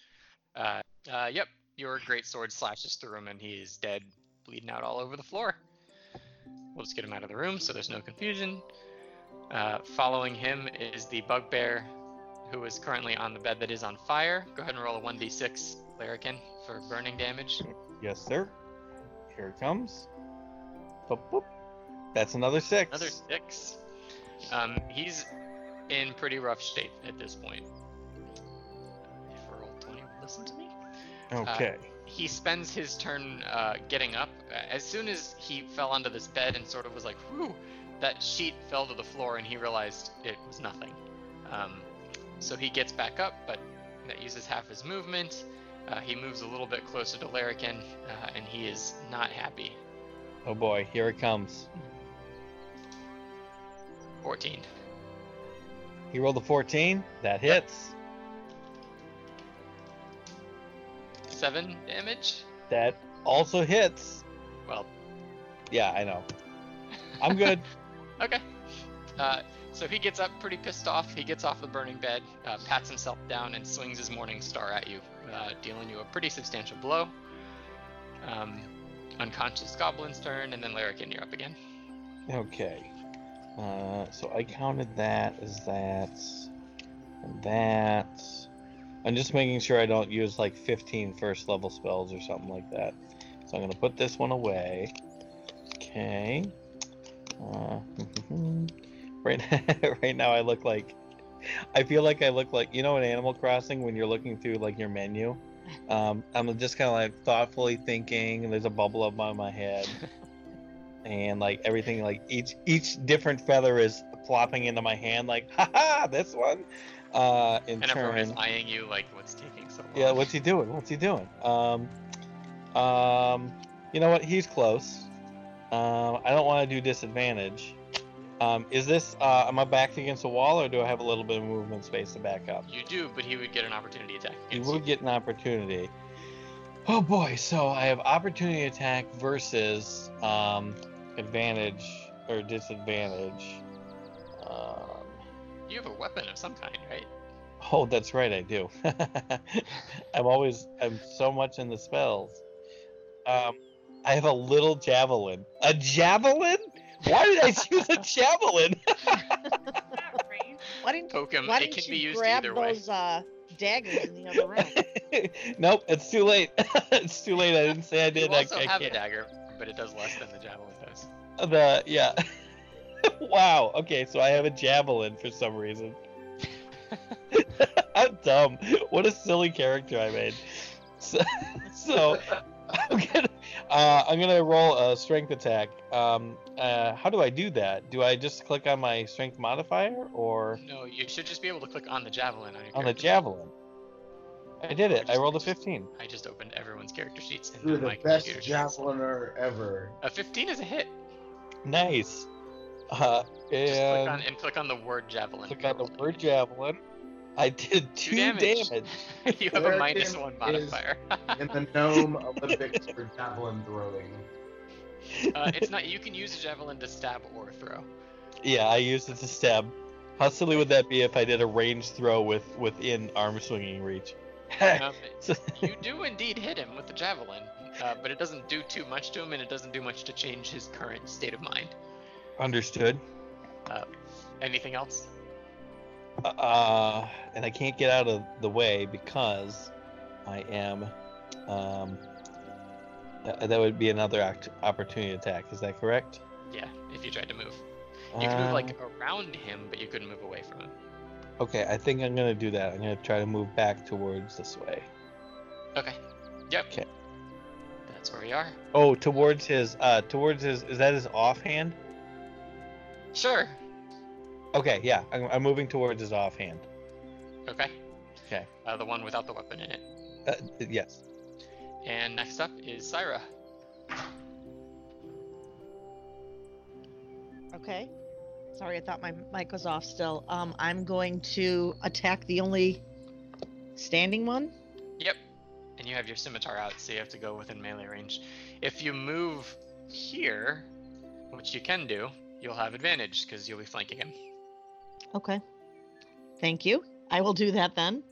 C: Uh, uh, yep, your great sword slashes through him and he is dead, bleeding out all over the floor. We'll just get him out of the room so there's no confusion. Uh, following him is the bugbear who is currently on the bed that is on fire. Go ahead and roll a 1d6, Larrikin, for burning damage.
A: yes, sir. Here it comes. Boop, boop. That's another six.
C: Another six. Um, he's in pretty rough shape at this point. If I roll 20, listen to me.
A: Okay.
C: he spends his turn uh, getting up. As soon as he fell onto this bed and sort of was like, whew, that sheet fell to the floor and he realized it was nothing. Um, so he gets back up, but that uses half his movement. Uh, he moves a little bit closer to Larrikin, uh, and he is not happy.
A: oh boy, here it comes.
C: 14.
A: He rolled a 14. That hits.
C: 7 damage?
A: That also hits.
C: Well,
A: Yeah, I know. I'm good.
C: Okay. Uh, so he gets up pretty pissed off. He gets off the burning bed, uh, pats himself down, and swings his morning star at you, uh, dealing you a pretty substantial blow. Um, unconscious goblin's turn, and then Larrikin, you're up again.
A: Okay. Uh, so I counted that as that. And that. I'm just making sure I don't use like 15 first level spells or something like that. So I'm going to put this one away. Okay. Uh, right, right now I look like. I feel like I look like. You know in Animal Crossing when you're looking through like your menu? Um, I'm just kind of like thoughtfully thinking, and there's a bubble up on my head and like everything like each each different feather is plopping into my hand like ha ha this one uh in
C: And everyone is
A: turn
C: eyeing you like, what's taking so long?
A: yeah what's he doing what's he doing um um you know what he's close um i don't want to do disadvantage um is this uh am i backed against a wall or do i have a little bit of movement space to back up
C: You do, but he would get an opportunity attack.
A: you
C: against
A: would get an opportunity. Oh boy, so I have opportunity attack versus um, advantage or disadvantage. Um,
C: You have a weapon of some kind, right?
A: oh, that's right, I do. I'm always, I'm so much in the spells. Um, I have a little javelin. A javelin? Why did I choose a javelin?
F: Why didn't,
C: Poke him.
F: why
C: Um, it
F: didn't
C: can
F: you
C: be used
F: grab
C: either way.
F: those uh, daggers in the other room?
A: nope, it's too late. it's too late. I didn't say I
C: You
A: did. I,
C: also
A: I
C: have a
A: can't.
C: dagger, but it does less than the javelin does.
A: The yeah. wow. Okay, so I have a javelin for some reason. I'm dumb. What a silly character I made. So, so I'm gonna uh, I'm gonna roll a strength attack. Um, uh, how do I do that? Do I just click on my strength modifier or
C: No, you should just be able to click on the javelin on your
A: on the
C: character sheet.
A: javelin? I did it. I rolled a 15.
C: I just opened everyone's character sheets and
E: You're
C: then
E: the
C: my
E: best
C: computer.
E: javeliner ever.
C: A 15 is a hit.
A: Nice. Uh,
C: Just click on
A: and
C: and um, click on the word javelin.
A: click on the word javelin. I did two damage.
C: you have a
E: Their
C: minus
E: damage
C: one
E: is-
C: modifier.
E: In the gnome Olympics for javelin throwing.
C: uh, it's not. You can use a javelin to stab or throw.
A: Yeah, I used it to stab. How silly would that be if I did a range throw with within arm swinging reach?
C: Um, you do indeed hit him with the javelin, uh, but it doesn't do too much to him, and it doesn't do much to change his current state of mind. Uh,
A: Understood.
C: Anything else?
A: Uh, and I can't get out of the way because I am. Um, uh, that would be another act- opportunity attack. Is that correct?
C: Yeah, if you tried to move, you could move
A: Uh,
C: like around him, but you couldn't move away from him.
A: Okay, I think I'm gonna do that. I'm gonna try to move back towards this way.
C: Okay. Yep.
A: 'Kay.
C: That's where we are.
A: Oh, towards his. Uh, towards his. Is that his offhand?
C: Sure.
A: Okay, yeah. I'm, I'm moving towards his offhand.
C: Okay.
A: 'Kay.
C: Uh, the one without the weapon in it.
A: Uh, yes.
C: And next up is Syra.
F: Okay. Sorry, I thought my mic was off still. Um, I'm going to attack the only standing one.
C: Yep. And you have your scimitar out, so you have to go within melee range. If you move here, which you can do, you'll have advantage because you'll be flanking him.
F: Okay. Thank you. I will do that then.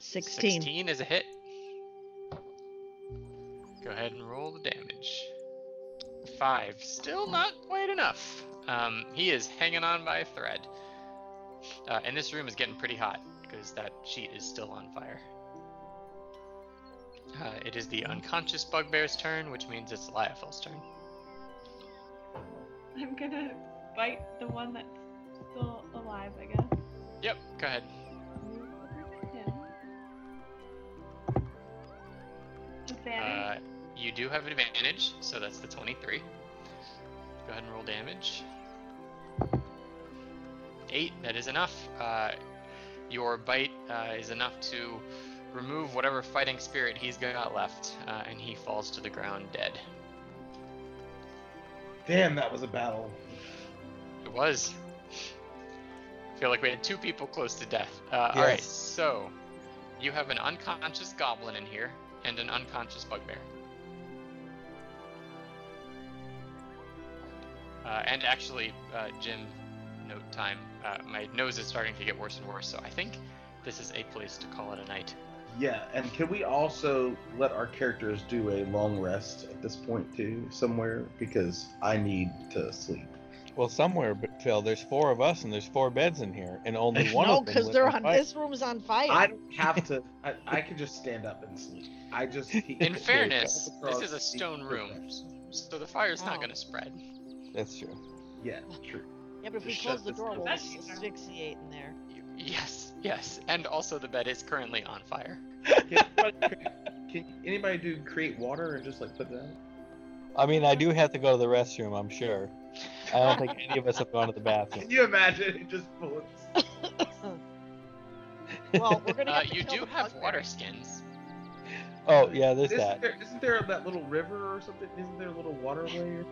F: 16.
C: 16 is a hit. Go ahead and roll the damage. Five. Still not quite enough. Um, he is hanging on by a thread. Uh, and this room is getting pretty hot because that sheet is still on fire. Uh, it is the unconscious bugbear's turn, which means it's Liafel's turn.
D: I'm gonna bite the one that's still alive, I guess.
C: Yep, go ahead.
D: Move over to him.
C: Uh,
D: Advantage.
C: you do have advantage, so that's the 23. Go ahead and roll damage. Eight, that is enough. Uh, your bite uh, is enough to remove whatever fighting spirit he's got left, uh, and he falls to the ground dead.
E: Damn, that was a battle.
C: It was. feel like we had two people close to death. Uh, All right,
A: Yes.
C: so you have an unconscious goblin in here and an unconscious bugbear. Uh, and actually, uh, Jim, note time. Uh, my nose is starting to get worse and worse, so I think this is a place to call it a night.
E: Yeah, and can we also let our characters do a long rest at this point too, somewhere? Because I need to sleep.
A: Well, somewhere, but Phil, there's four of us and there's four beds in here, and only one
F: no,
A: of them.
F: because
A: lit
F: they're
A: on
F: on.
A: fire.
F: This room's on fire.
E: I don't have to. I, I could just stand up and sleep. I just.
C: In
A: Okay,
C: fairness,
E: Albatross
C: this is a
E: sleep
C: stone room,
E: perfect.
C: so the fire's
F: Oh.
C: not going to spread.
A: That's true.
E: Yeah, true.
F: yeah, but if we
E: Just
F: close
E: shut
F: the
E: this
F: door,
E: door.
F: we'll
D: That's-
F: asphyxiate in there.
C: You- Yes, yes, and also the bed is currently on fire.
E: Can anybody, can anybody do create water and just like put it out?
A: I mean, I do have to go to the restroom, I'm sure. I don't think any of us have gone to the bathroom.
E: Can you imagine it just bullets?
F: Well, we're gonna.
C: Uh,
F: Have to
C: you
F: kill
C: do
F: the
C: have
F: bugbear.
C: water skins.
A: Oh, yeah, there's
E: Isn't
A: that.
E: there, isn't there that little river or something? Isn't there a little waterway? Or...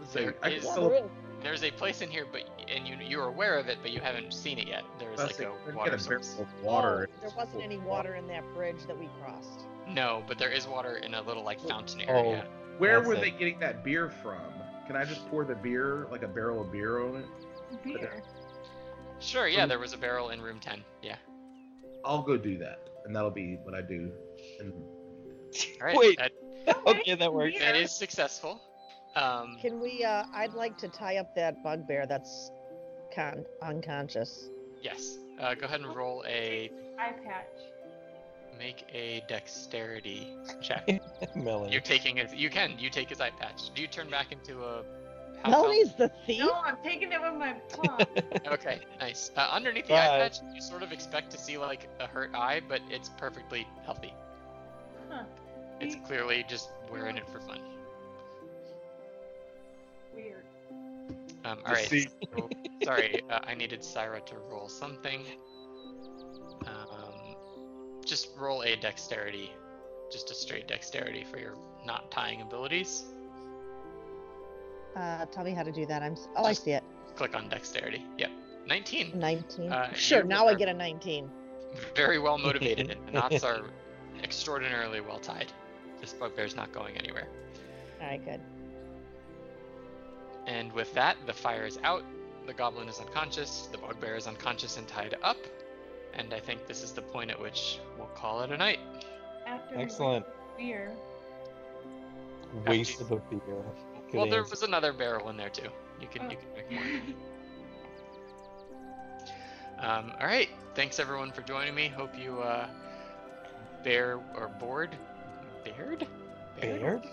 E: Let's see,
C: There
E: I can
C: is-
F: Yeah,
E: still-
F: there is.
C: There's a place in here, but and you you're aware of it, but you haven't seen it yet. There's
E: let's
C: like
E: see,
C: a
E: let's
C: water
E: get a barrel
C: source.
E: of water.
F: Oh, there wasn't any water in that bridge that we crossed.
C: No, but there is water in a little like fountain
A: Oh.
C: area.
E: Where
A: That's
E: were
A: it.
E: they getting that beer from? Can I just pour the beer, like a barrel of beer on it?
D: Beer.
C: Sure, yeah,
A: Hmm.
E: Um,
C: there was a barrel in room ten. Yeah.
E: I'll go do that, and that'll be what I do. And
C: All right.
A: Wait.
C: That,
A: Okay, that works.
C: that is successful. Um,
F: Can we? Uh, I'd like to tie up that bugbear that's con- unconscious.
C: yes. Uh, go ahead and roll a
D: Eye patch.
C: make a dexterity check.
A: Melanie.
C: You're taking his. You can. You take his eye patch. Do you turn back into a? half elf?
F: Melanie's the thief.
D: No, I'm taking it with my paw.
C: Okay, nice. Uh, underneath the eye
A: Bye.
C: patch, you sort of expect to see like a hurt eye, but it's perfectly healthy.
D: Huh.
C: It's
D: Neat.
C: clearly just wearing it for fun.
D: Weird.
C: Um, all
E: Just
C: right.
E: see-
C: so- sorry, uh, I needed Syra to roll something. Um, just roll a dexterity, just a straight dexterity for your not tying abilities.
F: Uh, tell me how to do that. I'm. s- Oh, I see it.
C: Click on dexterity. Yep. 19.
F: 19.
C: Uh,
F: sure,
C: you
F: now I
C: are
F: get a 19.
C: Very well motivated, and the knots are extraordinarily well tied. This bugbear's not going anywhere.
F: All right, good.
C: And with that, the fire is out, the goblin is unconscious, the bugbear is unconscious and tied up, and I think this is the point at which we'll call it a night.
D: After
A: Excellent.
D: We went beer.
A: Waste of a beer. Good
C: well, there
A: answer.
C: was another barrel in there too. You can you can make more. Um, all right. Thanks everyone for joining me. Hope you uh, bear or bored, bared,
A: Bared?
C: What's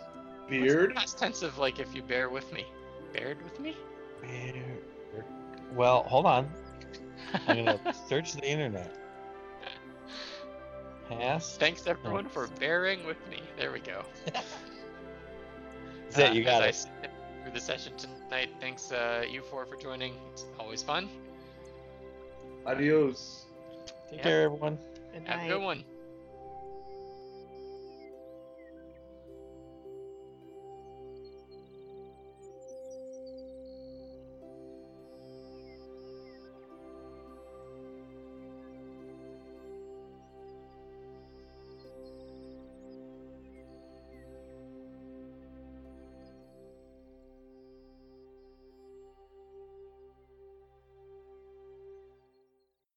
C: the
E: Beard?
C: Past tense of like if you bear with me, bared with me.
A: Beer. Well, hold on. I'm gonna search the internet. Past.
C: Thanks everyone for bearing with me. There we go. Uh,
A: That's it. You got
C: as I
A: it.
C: said Through the session tonight. Thanks uh, you four for joining. It's always fun.
E: Adios.
A: Take
C: Yeah.
A: care, everyone.
F: Good
C: Have a
F: night.
C: good one.